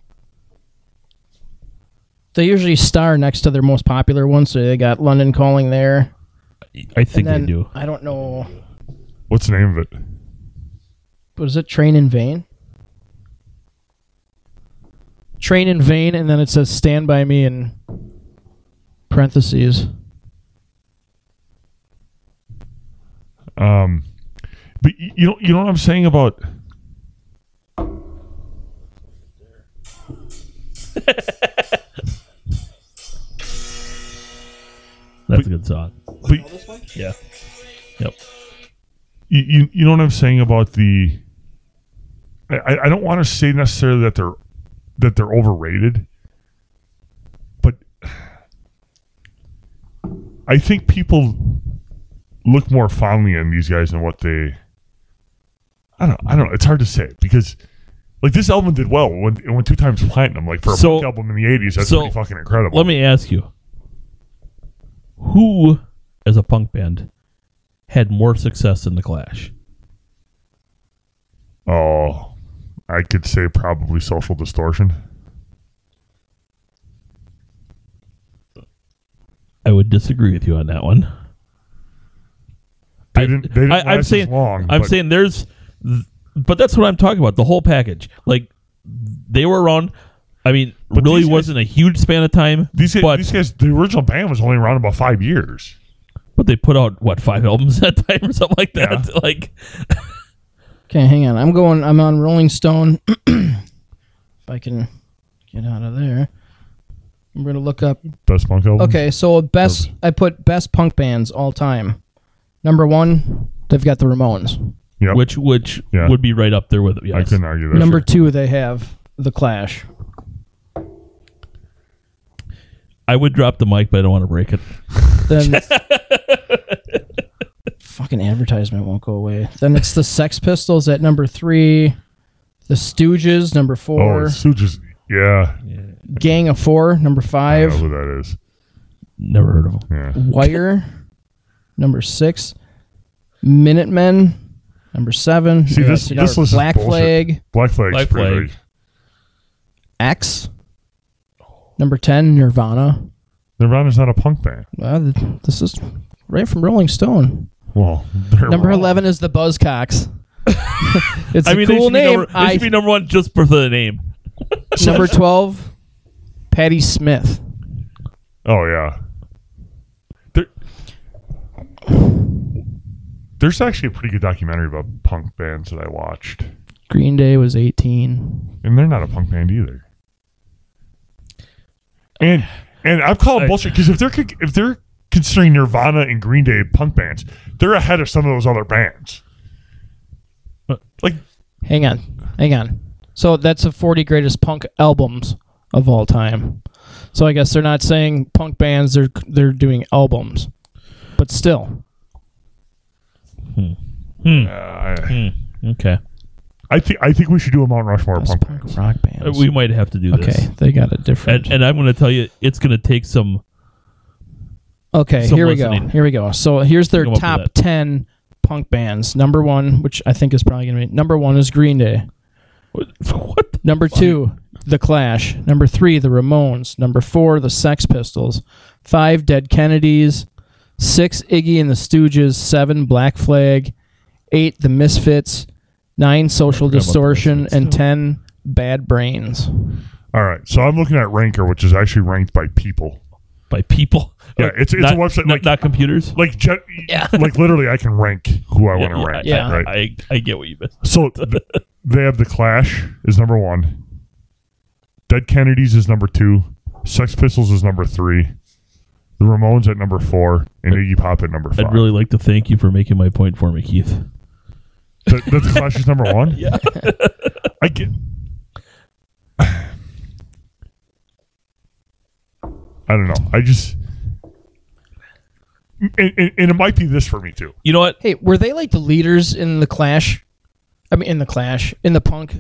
Speaker 2: They usually star next to their most popular one, so they got London Calling there.
Speaker 3: I think
Speaker 2: and then
Speaker 3: they do.
Speaker 2: I don't know.
Speaker 4: What's the name of it?
Speaker 2: Was it Train in Vain? Train in Vain, and then it says Stand by Me in parentheses.
Speaker 4: Um, but y- you know, you know what I'm saying about.
Speaker 3: That's a good song.
Speaker 4: But
Speaker 3: Yeah. Yep.
Speaker 4: you, you, you know what I'm saying about the. I- I, I don't want to say necessarily that they're that they're overrated, but I think people look more fondly on these guys than what they. I don't. I don't. know. It's hard to say because, like, this album did well. It went, it went two times platinum. Like for a
Speaker 3: So-
Speaker 4: punk album in the '80s, that's
Speaker 3: so,
Speaker 4: pretty fucking incredible.
Speaker 3: Let me ask you who, as a punk band, had more success than The Clash?
Speaker 4: oh, I could say probably Social Distortion.
Speaker 3: I would disagree with you on that one.
Speaker 4: They didn't. They didn't
Speaker 3: I, I'm
Speaker 4: last
Speaker 3: saying,
Speaker 4: as long.
Speaker 3: I'm
Speaker 4: but-
Speaker 3: saying there's, th- but that's what I'm talking about. The whole package, like they were around. I mean,
Speaker 4: But
Speaker 3: really
Speaker 4: these guys-
Speaker 3: wasn't a huge span of time.
Speaker 4: These guys,
Speaker 3: but
Speaker 4: these guys, the original band was only around about five years.
Speaker 3: but they put out what five albums [laughs] at a time or something like that. Like
Speaker 2: Okay, hang on. I'm going. I'm on Rolling Stone. [clears throat] if I can get out of there, I'm gonna look up.
Speaker 4: Best punk album.
Speaker 2: Okay, so best. I put best punk bands all time. Number one, they've got the Ramones.
Speaker 4: Yep.
Speaker 3: which which
Speaker 4: Yeah.
Speaker 3: would be right up there with it.
Speaker 4: I
Speaker 3: Yes.
Speaker 4: couldn't argue that.
Speaker 2: Number
Speaker 4: shit.
Speaker 2: two, they have the Clash.
Speaker 3: I would drop the mic, but I don't want to break it.
Speaker 4: [laughs]
Speaker 2: Then. Fucking advertisement won't go away. Then it's the Sex Pistols at number three, the Stooges number
Speaker 4: Oh,
Speaker 2: four,
Speaker 4: Stooges. Yeah,
Speaker 2: Gang of Four number
Speaker 4: I know
Speaker 2: five,
Speaker 4: who that is.
Speaker 3: Never heard of them.
Speaker 4: Yeah.
Speaker 2: Wire number six, Minutemen number seven,
Speaker 4: See, this-
Speaker 2: Yes, you know,
Speaker 4: this list is
Speaker 2: Black
Speaker 4: bullshit.
Speaker 2: Flag,
Speaker 4: Black Flag's
Speaker 3: Black
Speaker 4: pretty
Speaker 3: Flag.
Speaker 4: big.
Speaker 2: X number ten, Nirvana.
Speaker 4: Nirvana's not a punk band.
Speaker 2: Wow, th- this is right from Rolling Stone.
Speaker 4: Well, [laughs] they're
Speaker 2: Number
Speaker 4: wrong.
Speaker 2: eleven is
Speaker 3: [laughs]
Speaker 2: the Buzzcocks. it's a
Speaker 3: I mean, they
Speaker 2: cool
Speaker 3: should be
Speaker 2: name.
Speaker 3: Number, they
Speaker 2: I
Speaker 3: should be number one just for the name. [laughs]
Speaker 2: number twelve, Patti Smith.
Speaker 4: Oh yeah. There, there's actually a pretty good documentary about punk bands that I watched,
Speaker 2: Green Day was eighteen.
Speaker 4: and they're not a punk band either. And and I'm calling
Speaker 3: I-
Speaker 4: bullshit because if they're con- if they're considering Nirvana and Green Day punk bands, they're ahead of some of those other bands.
Speaker 3: Uh,
Speaker 4: Like
Speaker 2: Hang on, hang on. So that's the forty greatest punk albums of all time. So I guess they're not saying punk bands; they're they're doing albums, but still.
Speaker 4: uh, I,
Speaker 3: hmm, Okay,
Speaker 4: I think I think we should do a Mount Rushmore of
Speaker 2: Those
Speaker 4: punk
Speaker 2: punk
Speaker 4: bands.
Speaker 2: rock bands.
Speaker 3: Uh, we might have to do this.
Speaker 2: okay, they got a
Speaker 3: And,
Speaker 2: different.
Speaker 3: and I'm going to tell you, it's going to take some.
Speaker 2: okay,
Speaker 3: some
Speaker 2: here we
Speaker 3: listening.
Speaker 2: go. Here we go. So here's their
Speaker 3: Come up with
Speaker 2: top
Speaker 3: that.
Speaker 2: ten punk bands. Number one, which I think is probably gonna be number one, is Green Day.
Speaker 3: What?
Speaker 2: Number two, The Clash. Number three, The Ramones. Number four, The Sex Pistols. Five, Dead Kennedys. Six, Iggy and the Stooges. Seven, Black Flag. Eight, The Misfits. Nine, Social
Speaker 3: about The
Speaker 2: Distortion.
Speaker 3: Misfits.
Speaker 2: And ten, Bad Brains.
Speaker 4: All right, so I'm looking at Ranker, which is actually ranked by people.
Speaker 3: By people? [laughs]
Speaker 4: Yeah,
Speaker 3: Like,
Speaker 4: it's- it's a
Speaker 3: not,
Speaker 4: website,
Speaker 3: not,
Speaker 4: like-
Speaker 3: not computers.
Speaker 4: Like, gen-
Speaker 2: Yeah.
Speaker 4: like literally, I can rank who I want to rank.
Speaker 2: yeah.
Speaker 4: right?
Speaker 3: I, I get what you mean.
Speaker 4: So th- they have the Clash is number one. Dead Kennedys is number two. Sex Pistols is number three. The Ramones at number four, and Iggy Pop at number 5
Speaker 3: I'd really like to thank you for making my point for me, Keith.
Speaker 4: Th- that the Clash is number
Speaker 3: [laughs]
Speaker 4: one. Yeah, I get. [sighs] I don't know. I just. And, and, and it might be this for me too.
Speaker 3: You know what?
Speaker 2: Hey, were they like the leaders in The Clash? I mean, in The Clash, in the punk.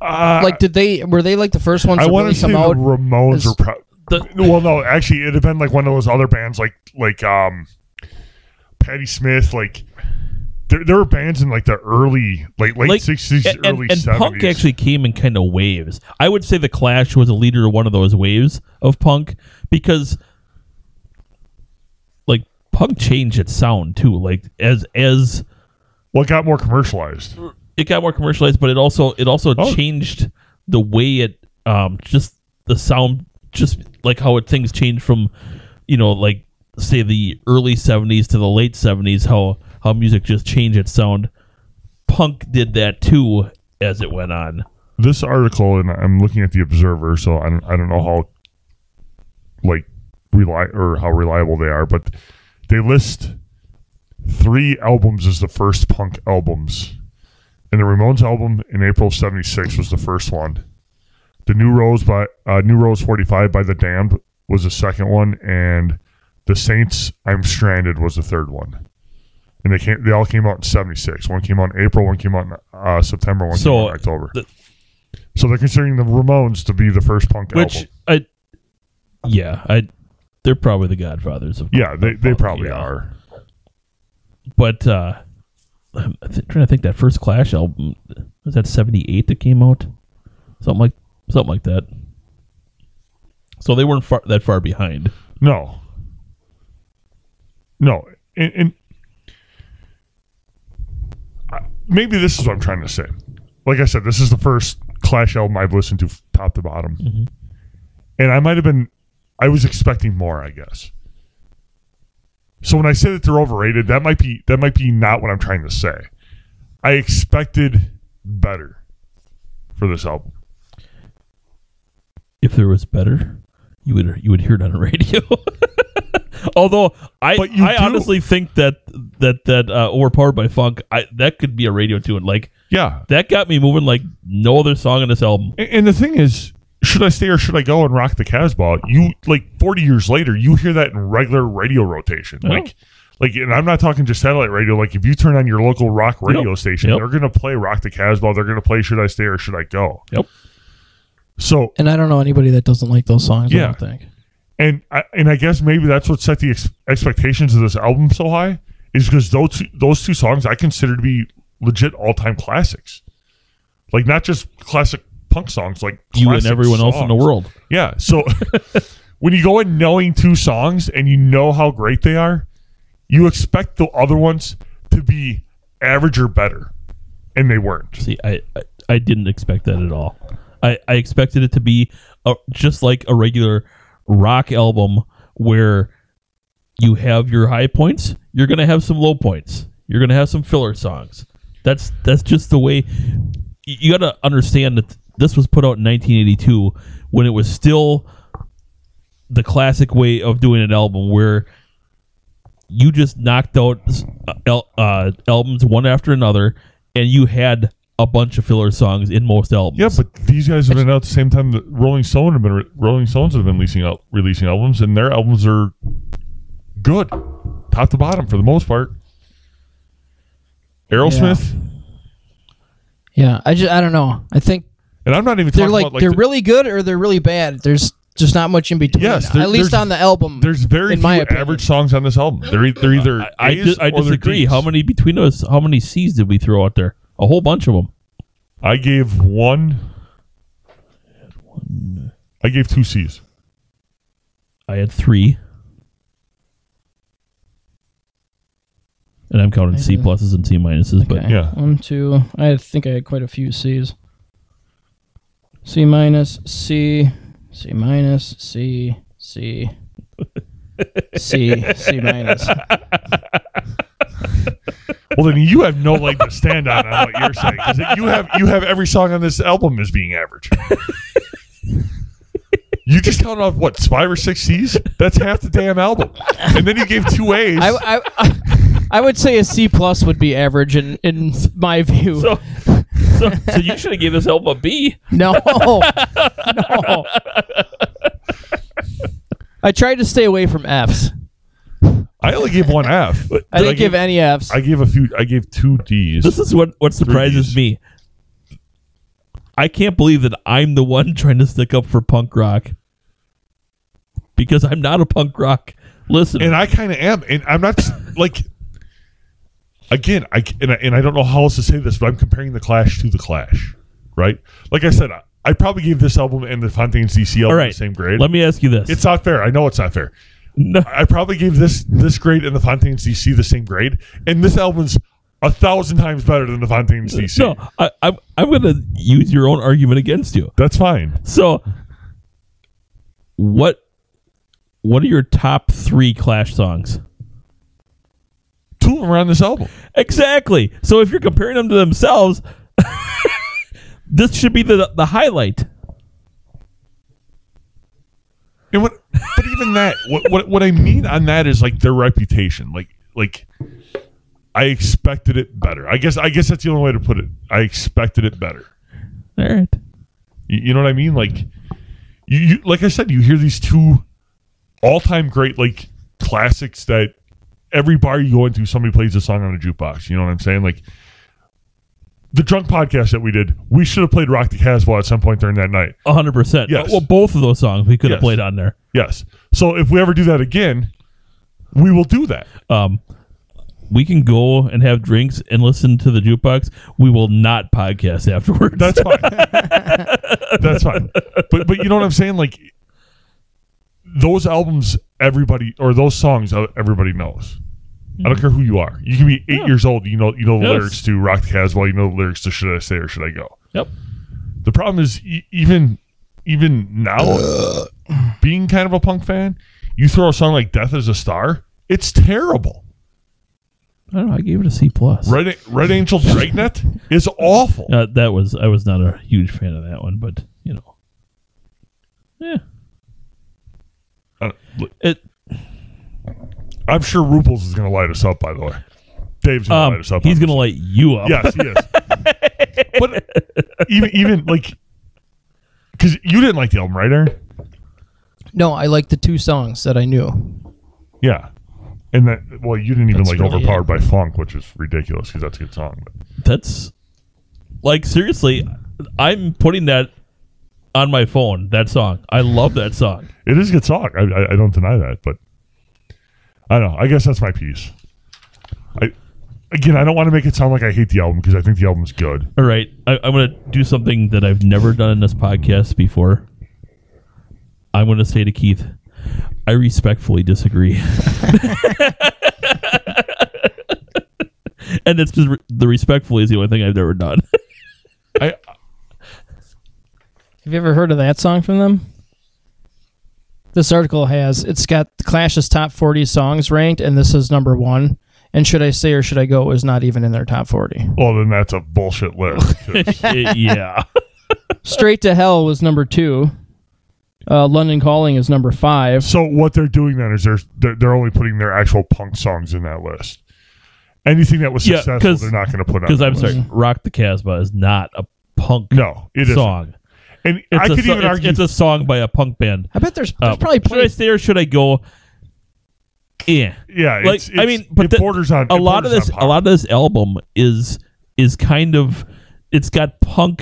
Speaker 4: Uh,
Speaker 2: Like, did they were they like the first ones
Speaker 4: I
Speaker 2: to
Speaker 4: want
Speaker 2: really
Speaker 4: to say
Speaker 2: come
Speaker 4: the
Speaker 2: out?
Speaker 4: Ramones
Speaker 2: as-
Speaker 4: were pro-
Speaker 3: The-
Speaker 4: well, no, actually, it'd have been like one of those other bands, like like um, Patti Smith. Like there, there were bands in like the early, like late
Speaker 3: Like,
Speaker 4: sixties,
Speaker 3: and,
Speaker 4: early
Speaker 3: and, and punk
Speaker 4: seventies.
Speaker 3: actually came in kind of waves. I would say the Clash was a leader of one of those waves of punk because, like, punk changed its sound too. Like as as
Speaker 4: Well, it got more commercialized.
Speaker 3: it got more commercialized, but it also it also
Speaker 4: Oh.
Speaker 3: changed the way it um just the sound just like how it things changed from you know like say the early 70s to the late 70s how how music just changed its sound punk did that too as it went on
Speaker 4: This article, and I'm looking at the Observer, so I don't, I don't know how like rely or how reliable they are, but they list three albums as the first punk albums. And the Ramones album in April of '76 was the first one. The New Rose by uh, New Rose 45 by the Damned was the second one, and The Saints, I'm Stranded was the third one. And they came, they all came out in 76. One came out in April, one came out in uh, September, one
Speaker 3: So,
Speaker 4: came out in October.
Speaker 3: the-
Speaker 4: so they're considering the Ramones to be the first punk
Speaker 3: Which
Speaker 4: album.
Speaker 3: I, yeah, I, they're probably the Godfathers of.
Speaker 4: Yeah, they, they
Speaker 3: punk,
Speaker 4: probably
Speaker 3: yeah.
Speaker 4: are.
Speaker 3: But uh, I'm th- trying to think that first Clash album was that '78 that came out, something like something like that. So they weren't far, that far behind.
Speaker 4: No. No. And, and I- maybe this is what I'm trying to say. Like I said, this is the first Clash album I've listened to f- top to bottom.
Speaker 3: Mm-hmm.
Speaker 4: And I might have been, I was expecting more, I guess. So when I say that they're overrated, that might be that might be not what I'm trying to say. I expected better for this album.
Speaker 3: If there was better, you would you would hear it on the radio. [laughs] Although I
Speaker 4: But you
Speaker 3: I
Speaker 4: do.
Speaker 3: honestly think that that that uh, overpowered by funk I that could be a radio tune like
Speaker 4: Yeah,
Speaker 3: that got me moving like no other song on this album.
Speaker 4: And- And the thing is, should I stay or should I go and rock the Casbah? You like forty years later, you hear that in regular radio rotation.
Speaker 3: Yeah.
Speaker 4: Like, like, and I'm not talking just satellite radio. Like, if you turn on your local rock radio station,
Speaker 3: Yep.
Speaker 4: they're gonna play Rock the Casbah. They're gonna play Should I Stay or Should I Go?
Speaker 3: Yep.
Speaker 4: So
Speaker 2: And I don't know anybody that doesn't like those songs. I
Speaker 4: Yeah.
Speaker 2: don't think.
Speaker 4: and I, and I guess maybe that's what set the ex- expectations of this album so high is because those two, those two songs I consider to be legit all time classics, like not just classic punk songs, like
Speaker 3: You and
Speaker 4: classic
Speaker 3: everyone else in the
Speaker 4: songs.
Speaker 3: world.
Speaker 4: Yeah. So [laughs] when you go in knowing two songs and you know how great they are, you expect the other ones to be average or better, and they weren't.
Speaker 3: See, I, I I didn't expect that at all. I I expected it to be a, just like a regular rock album where you have your high points, you're gonna have some low points, you're gonna have some filler songs. That's that's just the way. You you gotta understand that this was put out in 1982 when it was still the classic way of doing an album where you just knocked out uh, el- uh, albums one after another, and you had a bunch of filler songs in most albums.
Speaker 4: Yeah, but these guys have been out at the same time that Rolling Stone have been re- Rolling Stones have been releasing out releasing albums, and their albums are good, top to bottom for the most part. Aerosmith,
Speaker 2: Yeah, I just I don't know. I think
Speaker 4: and I'm not even
Speaker 2: they're
Speaker 4: talking
Speaker 2: like,
Speaker 4: about like
Speaker 2: they're
Speaker 4: the-
Speaker 2: really good or they're really bad. There's just not much in between.
Speaker 4: Yes, there-
Speaker 2: at least
Speaker 4: there's-
Speaker 2: on the album.
Speaker 4: there's very
Speaker 2: in
Speaker 4: few
Speaker 2: my opinion.
Speaker 4: average songs on this album. They're, e- they're either
Speaker 3: I, I,
Speaker 4: A's
Speaker 3: di- I
Speaker 4: or they're
Speaker 3: disagree.
Speaker 4: D's.
Speaker 3: How many between us? How many C's did we throw out there? A whole bunch of them.
Speaker 4: I gave one. I gave two C's.
Speaker 3: I had three, and I'm counting C
Speaker 2: Maybe.
Speaker 3: pluses and C minuses. But
Speaker 2: Okay.
Speaker 4: yeah.
Speaker 2: One, two. I think I had quite a few C's. C minus, C, C minus, C, C, C, C minus.
Speaker 4: Well, then you have no leg to stand on on what you're saying because you have you have every song on this album as being average. You just count off what five or six C's? That's half the damn album, and then you gave two A's.
Speaker 2: I, I, I would say a C plus would be average in, in my view.
Speaker 3: so, so, so you should have given this album a B.
Speaker 2: [laughs] no, no. I tried to stay away from Fs.
Speaker 4: I only gave one F. But
Speaker 2: I didn't give
Speaker 4: gave,
Speaker 2: any Fs.
Speaker 4: I gave a few. I gave two D's.
Speaker 3: This is what what surprises
Speaker 4: Ds.
Speaker 3: me. I can't believe that I'm the one [laughs] trying to stick up for punk rock because I'm not a punk rock listener.
Speaker 4: and I kind of am, and I'm not like again. I and I, and I don't know how else to say this, but I'm comparing the Clash to the Clash, right? Like I said, I, I probably gave this album and the Fontaines DC album
Speaker 3: All right,
Speaker 4: the same grade.
Speaker 3: Let me ask you this:
Speaker 4: it's not fair. I know it's not fair.
Speaker 3: No.
Speaker 4: [laughs] I probably gave this this grade and the Fontaines DC the same grade, and this album's a thousand times better than the Fontaines DC.
Speaker 3: No, I, I'm I'm going to use your own argument against you.
Speaker 4: That's fine.
Speaker 3: So, what what are your top three Clash songs?
Speaker 4: Two of them are on this album.
Speaker 3: Exactly. So if you're comparing them to themselves, [laughs] this should be the the highlight.
Speaker 4: And what, but even that, what, what what I mean on that is like their reputation. Like like, I expected it better. I guess I guess that's the only way to put it. I expected it better.
Speaker 3: All right.
Speaker 4: You, you know what I mean? Like you, you like I said, you hear these two all time great like classics that every bar you go into, somebody plays a song on a jukebox. You know what I'm saying? Like the drunk podcast that we did, we should have played Rock the Casbah at some point during that night.
Speaker 3: hundred percent.
Speaker 4: Yes.
Speaker 3: Well, both of those songs we could have
Speaker 4: Yes.
Speaker 3: played on there.
Speaker 4: Yes. So if we ever do that again, we will do that.
Speaker 3: Um, we can go and have drinks and listen to the jukebox. We will not podcast afterwards.
Speaker 4: That's fine. [laughs] That's fine. But but you know what I'm saying? Like those albums, everybody or those songs, uh, everybody knows. I don't care who you are. You can be eight
Speaker 3: Mm-hmm. Yeah.
Speaker 4: years old. You know you know the
Speaker 3: Yes.
Speaker 4: lyrics to Rock the Casbah. You know the lyrics to Should I Stay or Should I Go.
Speaker 3: [laughs] Yep.
Speaker 4: The problem is e- even even now, being kind of a punk fan, you throw a song like "Death Is a Star," it's terrible.
Speaker 3: I don't know. I gave it a C plus.
Speaker 4: Red Red Angel Dragnet is awful.
Speaker 3: Uh, that was I was not a huge fan of that one, but you know, yeah.
Speaker 4: I don't- look,
Speaker 3: It
Speaker 4: I'm sure Ruples is going to light us up. By the way, Dave's going to
Speaker 3: um,
Speaker 4: light us up.
Speaker 3: he's
Speaker 4: on
Speaker 3: gonna light you up.
Speaker 4: Yes, he is.
Speaker 3: [laughs]
Speaker 4: but even even like because you didn't like the album, right, Aaron?
Speaker 2: No, I like the two songs that I knew.
Speaker 4: Yeah. And that well, you didn't even
Speaker 2: That's
Speaker 4: like
Speaker 2: really
Speaker 4: overpowered
Speaker 2: it.
Speaker 4: by funk, which is ridiculous because that's a good song. But
Speaker 3: That's like seriously. I'm putting that on my phone. That song. I love that song.
Speaker 4: it is a good song. I, I, I don't deny that, but I don't know. I guess that's my piece. I again, I don't want to make it sound like I hate the album because I think the album's good.
Speaker 3: All right, I, I'm gonna do something that I've never done in this podcast before. I'm gonna say to Keith, I respectfully disagree, [laughs] and it's just re- the respectfully is the only thing I've
Speaker 4: [laughs]
Speaker 3: never done.
Speaker 4: I
Speaker 2: Have you ever heard of that song from them? This article has. It's got Clash's top 40 songs ranked, and this is number one. And Should I Stay or Should I Go is not even in their top 40.
Speaker 4: well, then that's a bullshit list. 'cause-
Speaker 3: [laughs] yeah,
Speaker 2: Straight to Hell was number two. Uh, London Calling is number five.
Speaker 4: So what they're doing then is they're, they're they're only putting their actual punk songs in that list. Anything that was
Speaker 3: Yeah,
Speaker 4: successful,
Speaker 3: 'cause-
Speaker 4: they're not going to put on.
Speaker 3: because
Speaker 4: that
Speaker 3: I'm
Speaker 4: list.
Speaker 3: sorry, "Rock the Casbah" is not a punk
Speaker 4: No, it is. not
Speaker 3: song.
Speaker 4: And
Speaker 3: It's
Speaker 4: I
Speaker 3: a
Speaker 4: could
Speaker 3: so-
Speaker 4: even
Speaker 3: it's-
Speaker 4: argue.
Speaker 3: it's a song by a punk band.
Speaker 2: I bet there's,
Speaker 3: Uh,
Speaker 2: there's probably
Speaker 3: should I
Speaker 2: plenty.
Speaker 3: stay or should I go? Yeah.
Speaker 4: yeah,
Speaker 3: like
Speaker 4: it's,
Speaker 3: I
Speaker 4: it's-
Speaker 3: mean, but
Speaker 4: it
Speaker 3: the-
Speaker 4: borders on
Speaker 3: a
Speaker 4: it
Speaker 3: lot of
Speaker 4: borders
Speaker 3: this.
Speaker 4: on
Speaker 3: A lot of this album is is kind of it's got punk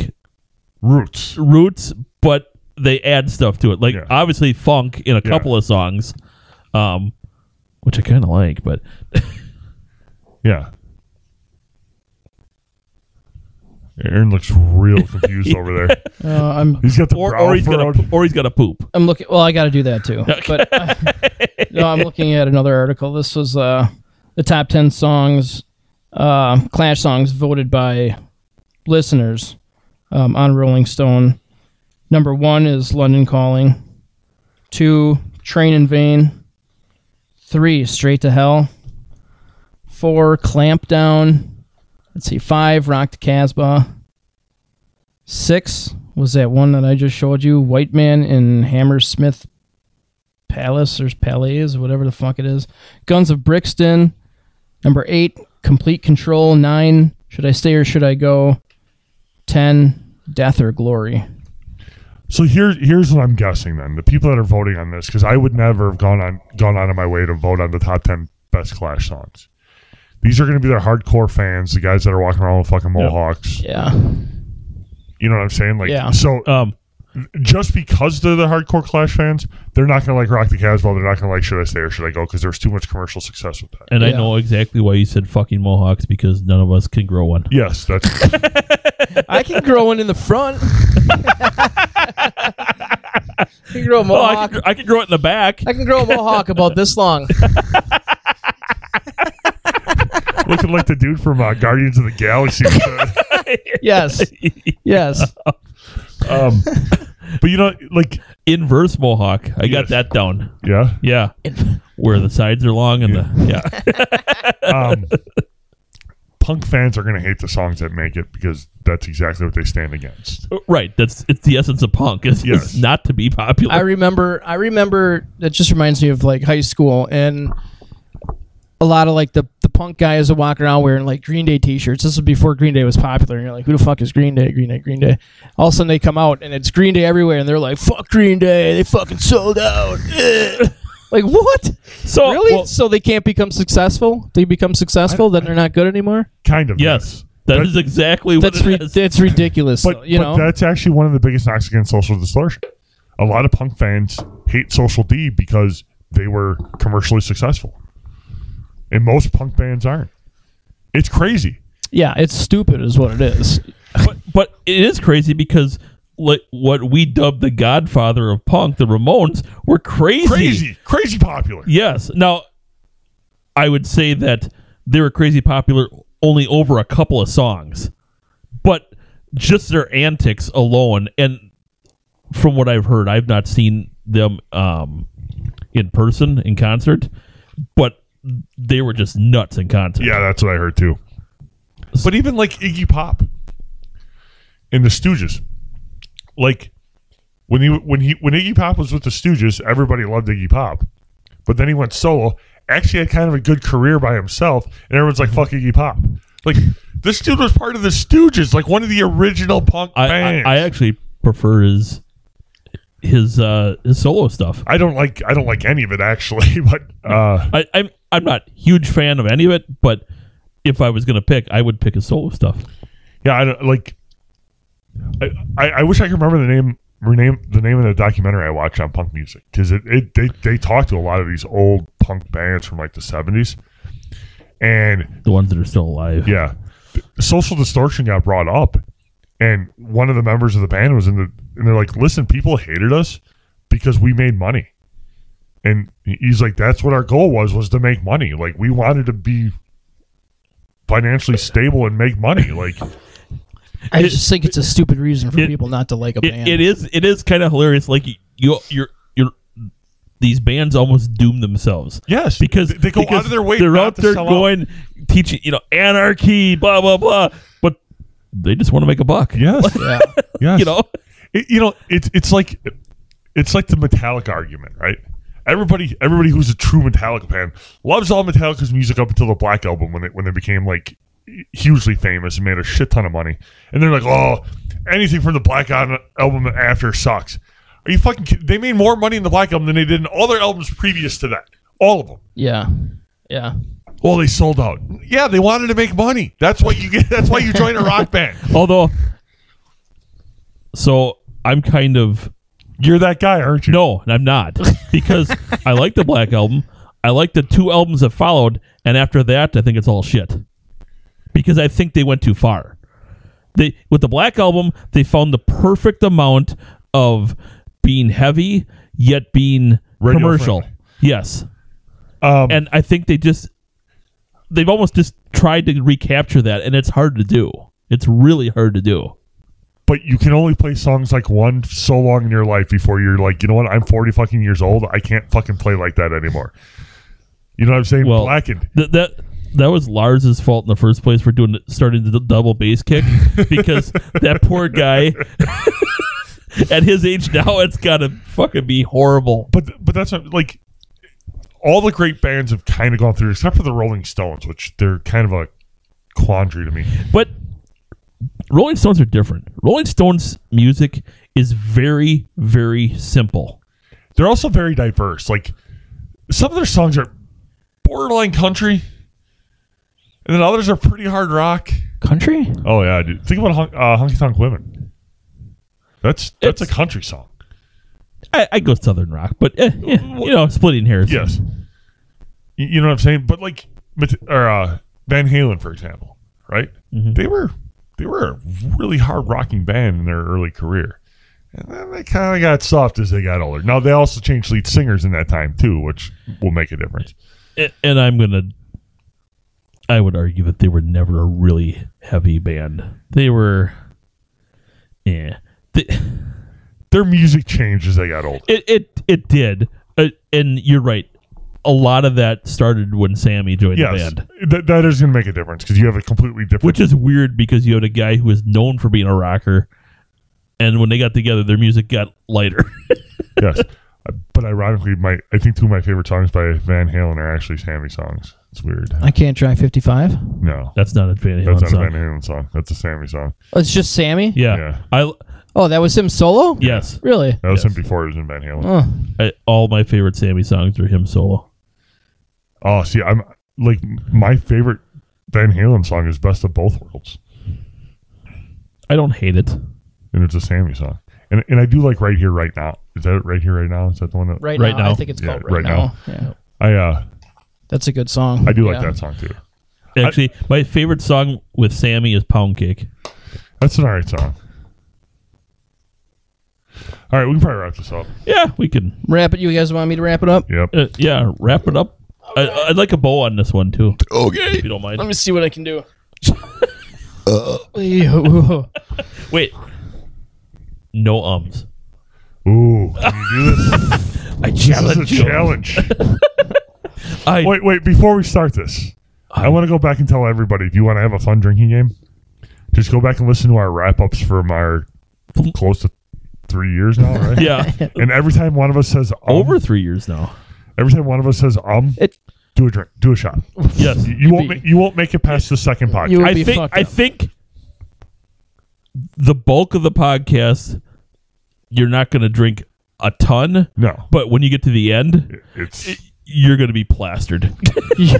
Speaker 4: pop. roots.
Speaker 3: roots, but they add stuff to it. Like
Speaker 4: Yeah.
Speaker 3: obviously funk in a
Speaker 4: Yeah.
Speaker 3: couple of songs, um, which I kind of like. But
Speaker 4: Yeah. Aaron looks
Speaker 3: [laughs]
Speaker 4: real confused over there.
Speaker 2: Uh, I'm,
Speaker 4: He's got the
Speaker 3: or,
Speaker 4: brow
Speaker 3: or he's got
Speaker 4: furrowed.
Speaker 3: to or he's got to poop.
Speaker 2: I'm looking. Well, I got to do that too. But uh, no, I'm looking at another article. This was uh, the top ten songs, uh, Clash songs voted by listeners um, on Rolling Stone. Number one is London Calling. Two, Train in Vain. Three, Straight to Hell. Four, Clamp Down. Let's see. Five, Rock the Casbah. Six was that one that I just showed you, White Man in Hammersmith Palace or Palais, whatever the fuck it is. Guns of Brixton, number eight, Complete Control, nine, Should I Stay or Should I Go? Ten, Death or Glory.
Speaker 4: So here's here's what I'm guessing then. The people that are voting on this, because I would never have gone on gone out of my way to vote on the top ten best Clash songs. These are going to be their hardcore fans, the guys that are walking around with fucking mohawks.
Speaker 2: Yeah.
Speaker 4: You know what I'm saying? Like,
Speaker 2: Yeah.
Speaker 4: so
Speaker 3: Um,
Speaker 4: just because they're the hardcore Clash fans, they're not going to like Rock the Casbah. They're not going to like Should I Stay or Should I Go? Because there's too much commercial success with that.
Speaker 3: and I
Speaker 2: Yeah.
Speaker 3: know exactly why you said fucking mohawks because none of us can grow one.
Speaker 4: Yes, that's [laughs]
Speaker 2: I can grow one in the [laughs] front. I can grow a
Speaker 3: Oh, I could, I could grow it in the back.
Speaker 2: can grow a mohawk about this [laughs] long.
Speaker 4: looking like the dude from uh, Guardians of the Galaxy. with the-
Speaker 2: Yes. Yes.
Speaker 4: um, but you know, like,
Speaker 3: [laughs] Inverse mohawk. I
Speaker 4: Yes.
Speaker 3: got that down.
Speaker 4: yeah.
Speaker 3: Yeah. Where the sides are long and
Speaker 2: [laughs]
Speaker 3: the yeah.
Speaker 4: um, punk fans are going to hate the songs that make it because that's exactly what they stand against.
Speaker 3: right. That's it's the essence of punk. It's,
Speaker 4: Yes.
Speaker 3: it's not to be popular.
Speaker 2: I remember I remember that just reminds me of like high school and a lot of like the, the punk guys that walk around wearing like Green Day t shirts. This was before Green Day was popular and you're like, Who the fuck is Green Day? Green Day, Green Day. All of a sudden they come out and it's Green Day everywhere and they're like, Fuck Green Day, they fucking sold out. Eh. [laughs] Like what?
Speaker 3: So
Speaker 2: really?
Speaker 3: well,
Speaker 2: so they can't become successful? They become successful, then they're not good anymore.
Speaker 4: Kind of.
Speaker 3: yes, that
Speaker 4: That-
Speaker 3: is exactly what
Speaker 2: That's
Speaker 3: it
Speaker 2: re-
Speaker 3: is.
Speaker 2: that's ridiculous.
Speaker 4: But,
Speaker 2: though, you
Speaker 4: but
Speaker 2: know,
Speaker 4: that's actually one of the biggest knocks against Social Distortion. A lot of punk fans hate Social D because they were commercially successful, and most punk bands aren't. It's crazy.
Speaker 2: yeah, it's stupid, is what it is.
Speaker 3: but, but it is crazy because like what we dubbed the Godfather of punk, the Ramones, were crazy.
Speaker 4: Crazy, crazy popular.
Speaker 3: Yes. Now, I would say that they were crazy popular only over a couple of songs, but just their antics alone, and from what I've heard, I've not seen them um, in person in concert, but they were just nuts in concert.
Speaker 4: Yeah, that's what I heard too. But even like Iggy Pop and the Stooges, like when he when he when Iggy Pop was with the Stooges, everybody loved Iggy Pop, but then he went solo. Actually, had kind of a good career by himself, and everyone's like, "Fuck Iggy Pop!" Like this dude was part of the Stooges, like one of the original punk
Speaker 3: I, I,
Speaker 4: bands.
Speaker 3: I actually prefer his his uh, his solo stuff.
Speaker 4: I don't like I don't like any of it actually, [laughs] but uh,
Speaker 3: I, I'm I'm not huge fan of any of it, but if I was gonna pick, I would pick his solo stuff.
Speaker 4: Yeah, I don't like. I, I, I wish I could remember the name rename the name of the documentary I watched on punk music because it, it they they talk to a lot of these old punk bands from like the seventies, and
Speaker 3: The ones that are still alive.
Speaker 4: yeah, social distortion got brought up, and one of the members of the band was in the and they're like, listen, people hated us because we made money, and he's like, that's what our goal was was to make money. Like we wanted to be financially stable and make money. Like
Speaker 2: I
Speaker 3: It-
Speaker 2: just think it's a stupid reason for
Speaker 3: it-
Speaker 2: people not to like a
Speaker 3: It,
Speaker 2: band.
Speaker 3: it is it is kind of hilarious. Like you, you you're you're these bands almost doom themselves
Speaker 4: Yes,
Speaker 3: because
Speaker 4: they they go
Speaker 3: because
Speaker 4: out of their way.
Speaker 3: They're
Speaker 4: not
Speaker 3: out
Speaker 4: to
Speaker 3: there
Speaker 4: sell
Speaker 3: going teaching you know anarchy, blah blah blah. But they just want to make a
Speaker 4: [laughs]
Speaker 3: buck.
Speaker 4: Yes,
Speaker 2: yeah.
Speaker 4: yes.
Speaker 3: you know.
Speaker 4: It- you know, it's it's like it's like the Metallica argument, right? Everybody, everybody who's a true Metallica fan loves all Metallica's music up until the Black Album when they when they became like hugely famous and made a shit ton of money, and they're like, oh, anything from the Black Al- Album after sucks. Are you fucking? Kidding? They made more money in the Black Album than they did in all their albums previous to that. All of them.
Speaker 2: yeah, yeah.
Speaker 4: Well, they sold out. Yeah, they wanted to make money. That's what you get. That's why you join a rock band.
Speaker 3: Although, so I'm kind of
Speaker 4: You're that guy, aren't you?
Speaker 3: no, I'm not
Speaker 4: [laughs]
Speaker 3: because I like the Black Album. I like the two albums that followed, and after that, I think it's all shit because I think they went too far. They with the Black Album, they found the perfect amount of being heavy yet being
Speaker 4: Radio
Speaker 3: commercial.
Speaker 4: friendly.
Speaker 3: Yes,
Speaker 4: Um,
Speaker 3: and I think they just they've almost just tried to recapture that, and it's hard to do. It's really hard to do.
Speaker 4: but you can only play songs like one so long in your life before you're like, you know what? I'm 40 fucking years old. I can't fucking play like that anymore. You know what I'm saying?
Speaker 3: Well-
Speaker 4: Blackened.
Speaker 3: That that that was Lars's fault in the first place for doing starting the d- double bass kick because that poor guy [laughs] at his age now it's gotta fucking be horrible.
Speaker 4: But but that's not, like all the great bands have kind of gone through, except for the Rolling Stones, which they're kind of a quandary to me.
Speaker 3: But Rolling Stones are different. Rolling Stones music is very very simple.
Speaker 4: They're also very diverse. Like some of their songs are borderline country, and then others are pretty hard rock.
Speaker 2: Country?
Speaker 4: Oh yeah, dude. Think about Hon- uh, "Honky Tonk Women." That's that's
Speaker 3: It's-
Speaker 4: a country song.
Speaker 3: I, I go Southern rock, but eh, eh, you know splitting hairs.
Speaker 4: Yes. You, you know what I'm saying? But like, Mat- or uh, Van Halen, for example, right?
Speaker 3: Mm-hmm.
Speaker 4: They were they were a really hard rocking band in their early career, and then they kind of got soft as they got older. Now they also changed lead singers in that time too, which will make a difference.
Speaker 3: A- Eh, and I'm gonna. I would argue that they were never a really heavy band. They were, yeah. They,
Speaker 4: Their music changed as they got older.
Speaker 3: It it it did, uh, and you're right. A lot of that started when Sammy joined
Speaker 4: Yes,
Speaker 3: the band,
Speaker 4: that that is going to make a difference because you have a completely different.
Speaker 3: which is weird because you had a guy who was known for being a rocker, and when they got together, their music got lighter. [laughs]
Speaker 4: yes, Uh, but ironically, my I think two of my favorite songs by Van Halen are actually Sammy songs. It's weird.
Speaker 2: I can't try fifty-five.
Speaker 4: No,
Speaker 3: That's not a Van Halen
Speaker 4: that's not
Speaker 3: song.
Speaker 4: a Van Halen song. That's a Sammy song.
Speaker 2: It's Oh, just Sammy.
Speaker 3: Yeah.
Speaker 4: Yeah.
Speaker 3: I
Speaker 2: Oh, that was him solo?
Speaker 3: Yes,
Speaker 2: Really?
Speaker 4: That was
Speaker 3: Yes.
Speaker 4: him before he was in Van Halen.
Speaker 2: Oh,
Speaker 3: I, all my favorite Sammy songs are him solo.
Speaker 4: Oh, see, I'm like my favorite Van Halen song is "Best of Both Worlds,"
Speaker 3: I don't hate it.
Speaker 4: and it's a Sammy song. And and I do like "Right Here, Right Now." Is that it, "Right Here, Right Now"? Is that the one that
Speaker 2: right,
Speaker 3: Right
Speaker 2: now, I
Speaker 3: now.
Speaker 2: think it's
Speaker 4: Yeah,
Speaker 2: called
Speaker 4: right
Speaker 2: right, now. Yeah,
Speaker 4: I uh
Speaker 2: that's a good song.
Speaker 4: I do like
Speaker 2: Yeah.
Speaker 4: that song too.
Speaker 3: Actually, my favorite song with Sammy is Pound Cake.
Speaker 4: That's an alright song. All right, we can probably wrap this up.
Speaker 3: Yeah, we can.
Speaker 2: Wrap it. You guys want me to wrap it up?
Speaker 3: [laughs]
Speaker 4: Yep.
Speaker 3: Uh, yeah, wrap it up. I, I'd like a bow on this one too,
Speaker 2: Okay.
Speaker 3: if you don't mind.
Speaker 2: Let me see what I can [laughs] do. Uh. Ew.
Speaker 3: Wait, no ums.
Speaker 4: Ooh, can you do this?
Speaker 3: [laughs] I
Speaker 4: this is
Speaker 3: challenge
Speaker 4: a
Speaker 3: you.
Speaker 4: challenge. [laughs]
Speaker 3: I,
Speaker 4: Wait, wait. Before we start this, I want to go back and tell everybody. If you want to have a fun drinking game, just go back and listen to our wrap ups from our close to three years now, right?
Speaker 3: [laughs] yeah,
Speaker 4: And every time one of us says um,
Speaker 3: over three years now.
Speaker 4: every time one of us says um,
Speaker 2: It-
Speaker 4: do a drink, do a shot.
Speaker 3: Yes,
Speaker 4: You won't,
Speaker 2: be-
Speaker 4: ma- you won't make it past the second podcast.
Speaker 2: You would
Speaker 3: I
Speaker 2: be
Speaker 3: think
Speaker 2: fucked
Speaker 3: I
Speaker 2: up.
Speaker 3: think the bulk of the podcast, you're not going to drink a ton,
Speaker 4: no,
Speaker 3: but when you get to the end,
Speaker 4: it's
Speaker 3: you're going to be plastered.
Speaker 2: you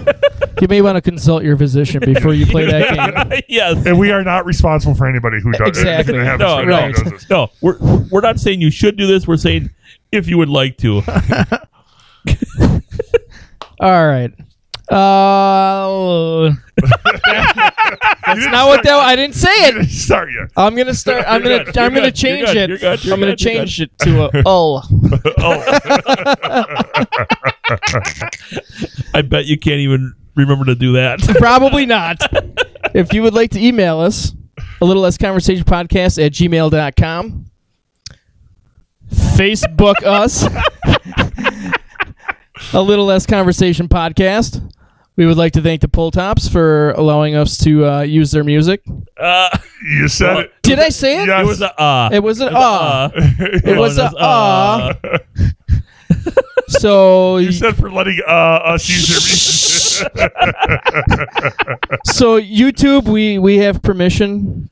Speaker 2: may want to consult your physician before you play
Speaker 3: [laughs]
Speaker 2: that game.
Speaker 3: yes.
Speaker 4: and we are not responsible for anybody who does
Speaker 2: Exactly.
Speaker 4: Who happens
Speaker 3: No,
Speaker 4: to- who
Speaker 2: right.
Speaker 4: does this.
Speaker 3: No, we're we're not saying you should do this. We're saying if you would like [laughs] to.
Speaker 2: All right. Uh, [laughs] that's not what that. I didn't say
Speaker 4: [laughs]
Speaker 2: it.
Speaker 4: Sorry, yeah.
Speaker 2: I'm gonna start. I'm
Speaker 3: You're
Speaker 2: gonna.
Speaker 3: good,
Speaker 2: I'm
Speaker 3: you're
Speaker 2: gonna
Speaker 3: good,
Speaker 2: change
Speaker 3: you're good,
Speaker 2: it.
Speaker 3: you're good, you're
Speaker 2: I'm gonna
Speaker 3: good, you're
Speaker 2: change it
Speaker 3: [laughs]
Speaker 2: to a oh, ull.
Speaker 3: I bet you can't even remember to do that. [laughs]
Speaker 2: Probably not. if you would like to email us, a little less conversation podcast at gmail.com. Facebook
Speaker 3: [laughs]
Speaker 2: us, a little less conversation podcast. We would like to thank the Pull Tops for allowing us to uh, use their music.
Speaker 3: Uh,
Speaker 4: You said it.
Speaker 2: Did I say it?
Speaker 4: Yes.
Speaker 3: it was a uh.
Speaker 2: It was an
Speaker 3: uh.
Speaker 2: ah.
Speaker 3: [laughs]
Speaker 2: It was a
Speaker 3: an
Speaker 2: ah. Oh, So
Speaker 4: you said for letting uh, us use your music.
Speaker 2: so YouTube, we we have permission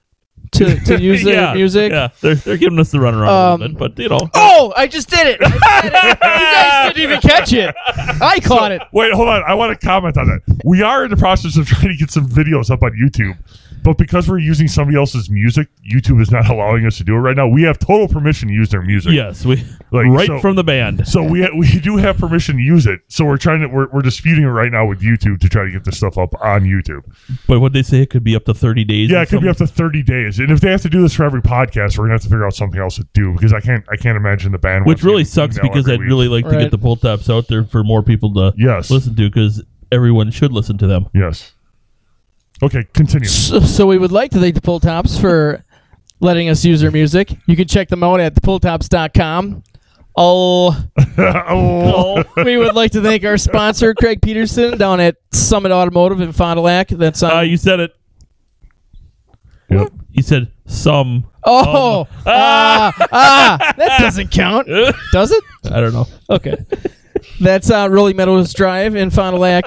Speaker 2: to
Speaker 3: [laughs]
Speaker 2: to use their
Speaker 3: yeah,
Speaker 2: music.
Speaker 3: Yeah, they're, they're giving us the runaround around a
Speaker 2: Um,
Speaker 3: little bit, but you know.
Speaker 2: Oh, I just did it. I said it. You
Speaker 3: [laughs]
Speaker 2: guys didn't even catch it. I caught it.
Speaker 4: Wait, hold on. I want to comment on that. We are in the process of [laughs] trying to get some videos up on YouTube, but because we're using somebody else's music, YouTube is not [laughs] allowing us to do it right now. We have total permission to use their music.
Speaker 3: Yes, we
Speaker 4: Like,
Speaker 3: right
Speaker 4: so-
Speaker 3: from the band.
Speaker 4: So we ha- we do have permission to use it. So we're trying to we're, we're disputing it right now with YouTube to try to get this stuff up on YouTube.
Speaker 3: But what they say it could be up to thirty days.
Speaker 4: Yeah,
Speaker 3: or
Speaker 4: it could be
Speaker 3: something.
Speaker 4: up to thirty days, and if they have to do this for every podcast, we're gonna have to figure out something else to do because I can't I can't imagine the band.
Speaker 3: which
Speaker 4: wants to
Speaker 3: really
Speaker 4: get an
Speaker 3: sucks
Speaker 4: email
Speaker 3: because
Speaker 4: every
Speaker 3: I'd
Speaker 4: week.
Speaker 3: really like to
Speaker 2: Right.
Speaker 3: get the pull taps out there for more people to
Speaker 4: yes
Speaker 3: listen to because everyone should listen to them.
Speaker 4: yes. Okay, continue.
Speaker 2: So, so we would like to thank the Pull Tops for letting us use their music. You can check them out at thepulltops.com. Oh,
Speaker 3: [laughs]
Speaker 4: oh,
Speaker 2: we would like to thank our sponsor, Craig Peterson, down at Summit Automotive in Fond du Lac. That's on.
Speaker 3: Uh, you said it.
Speaker 4: Yep.
Speaker 3: You said some. um,
Speaker 2: oh, ah, ah, that
Speaker 3: [laughs]
Speaker 2: doesn't count, does it?
Speaker 3: I don't know.
Speaker 2: Okay. That's uh, Rolling Meadows Drive in Fond du Lac.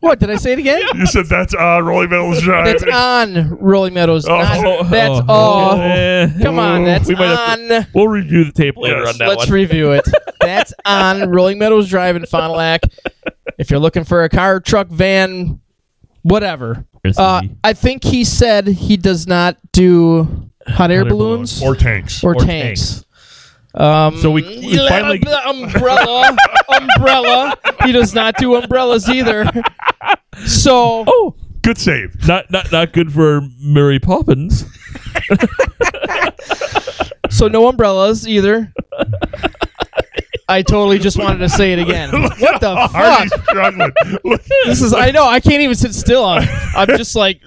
Speaker 2: what, did I say it again?
Speaker 4: you said that's uh, Rolling Metal's drive.
Speaker 2: That's on Rolling Meadows.
Speaker 4: Oh.
Speaker 3: [laughs]
Speaker 2: not- [laughs] that's
Speaker 3: oh,
Speaker 2: all.
Speaker 3: eh.
Speaker 2: Come on, that's
Speaker 3: We might have
Speaker 2: on.
Speaker 3: We'll review the tape later
Speaker 4: Yes.
Speaker 3: on that
Speaker 2: Let's
Speaker 3: one.
Speaker 2: review it. That's on Rolling Meadows Drive in Fond du Lac. If you're looking for a car, truck, van, whatever.
Speaker 3: Chris
Speaker 2: Uh,
Speaker 3: Lee.
Speaker 2: I think he said he does not do hot air
Speaker 3: Hot air
Speaker 2: balloons
Speaker 4: or tanks.
Speaker 2: or,
Speaker 3: or
Speaker 2: tanks. Um,
Speaker 3: so we, we
Speaker 2: let
Speaker 3: finally
Speaker 2: umbre- umbrella, umbrella. He does not do umbrellas either. So
Speaker 3: oh
Speaker 4: Good save.
Speaker 3: not not not good for Mary Poppins.
Speaker 2: So no umbrellas either. I totally just wanted to say it again.
Speaker 4: [laughs]
Speaker 2: What the
Speaker 4: Artie's
Speaker 2: fuck?
Speaker 4: struggling. [laughs] Look,
Speaker 2: This is I know I can't even sit still. I'm, I'm just like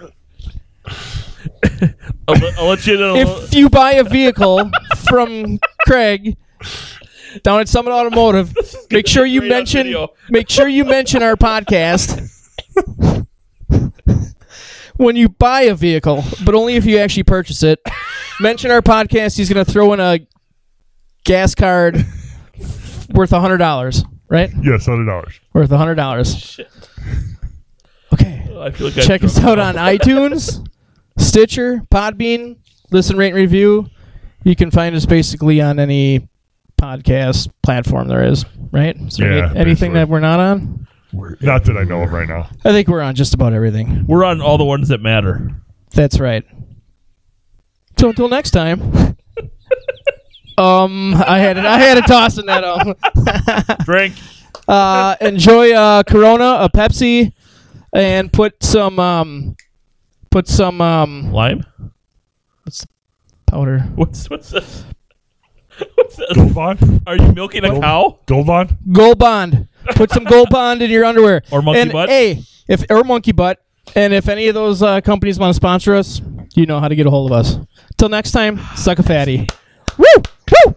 Speaker 3: I'll, let- I'll let you know.
Speaker 2: if you buy a vehicle [laughs] from Craig down at Summit Automotive, make sure you
Speaker 3: straight on
Speaker 2: mention
Speaker 3: video.
Speaker 2: make sure you mention our podcast [laughs] when you buy a vehicle, but only if you actually purchase it. Mention our podcast. He's going to throw in a gas card worth a hundred dollars, right?
Speaker 4: yes, hundred dollars.
Speaker 2: Worth a hundred dollars. Okay
Speaker 3: I feel like I
Speaker 2: check us
Speaker 3: drunk.
Speaker 2: out on iTunes, Stitcher, Podbean, listen, rate, and review. You can find us basically on any podcast platform there is, right? Is there
Speaker 4: Yeah,
Speaker 2: any- anything
Speaker 4: basically.
Speaker 2: that we're not on?
Speaker 4: Not that I know of right now.
Speaker 2: I think we're on just about everything.
Speaker 3: We're on all the ones that matter.
Speaker 2: That's right. So until next time. um, I had it. I had a toss in that. Um,
Speaker 3: Drink.
Speaker 2: uh, enjoy uh, Corona, a Pepsi, and put some um, put some um
Speaker 3: Lime?
Speaker 2: powder.
Speaker 3: What's what's this? [laughs] What's this?
Speaker 4: Gold
Speaker 3: Are you milking a cow?
Speaker 4: Bond?
Speaker 2: Gold Bond. Put some Gold Bond in your [laughs] underwear.
Speaker 3: Or monkey
Speaker 2: and,
Speaker 3: butt.
Speaker 2: Hey, if or monkey butt. And if any of those uh, companies want to sponsor us, you know how to get a hold of us. Till next time, suck a fatty. Woo! Woo!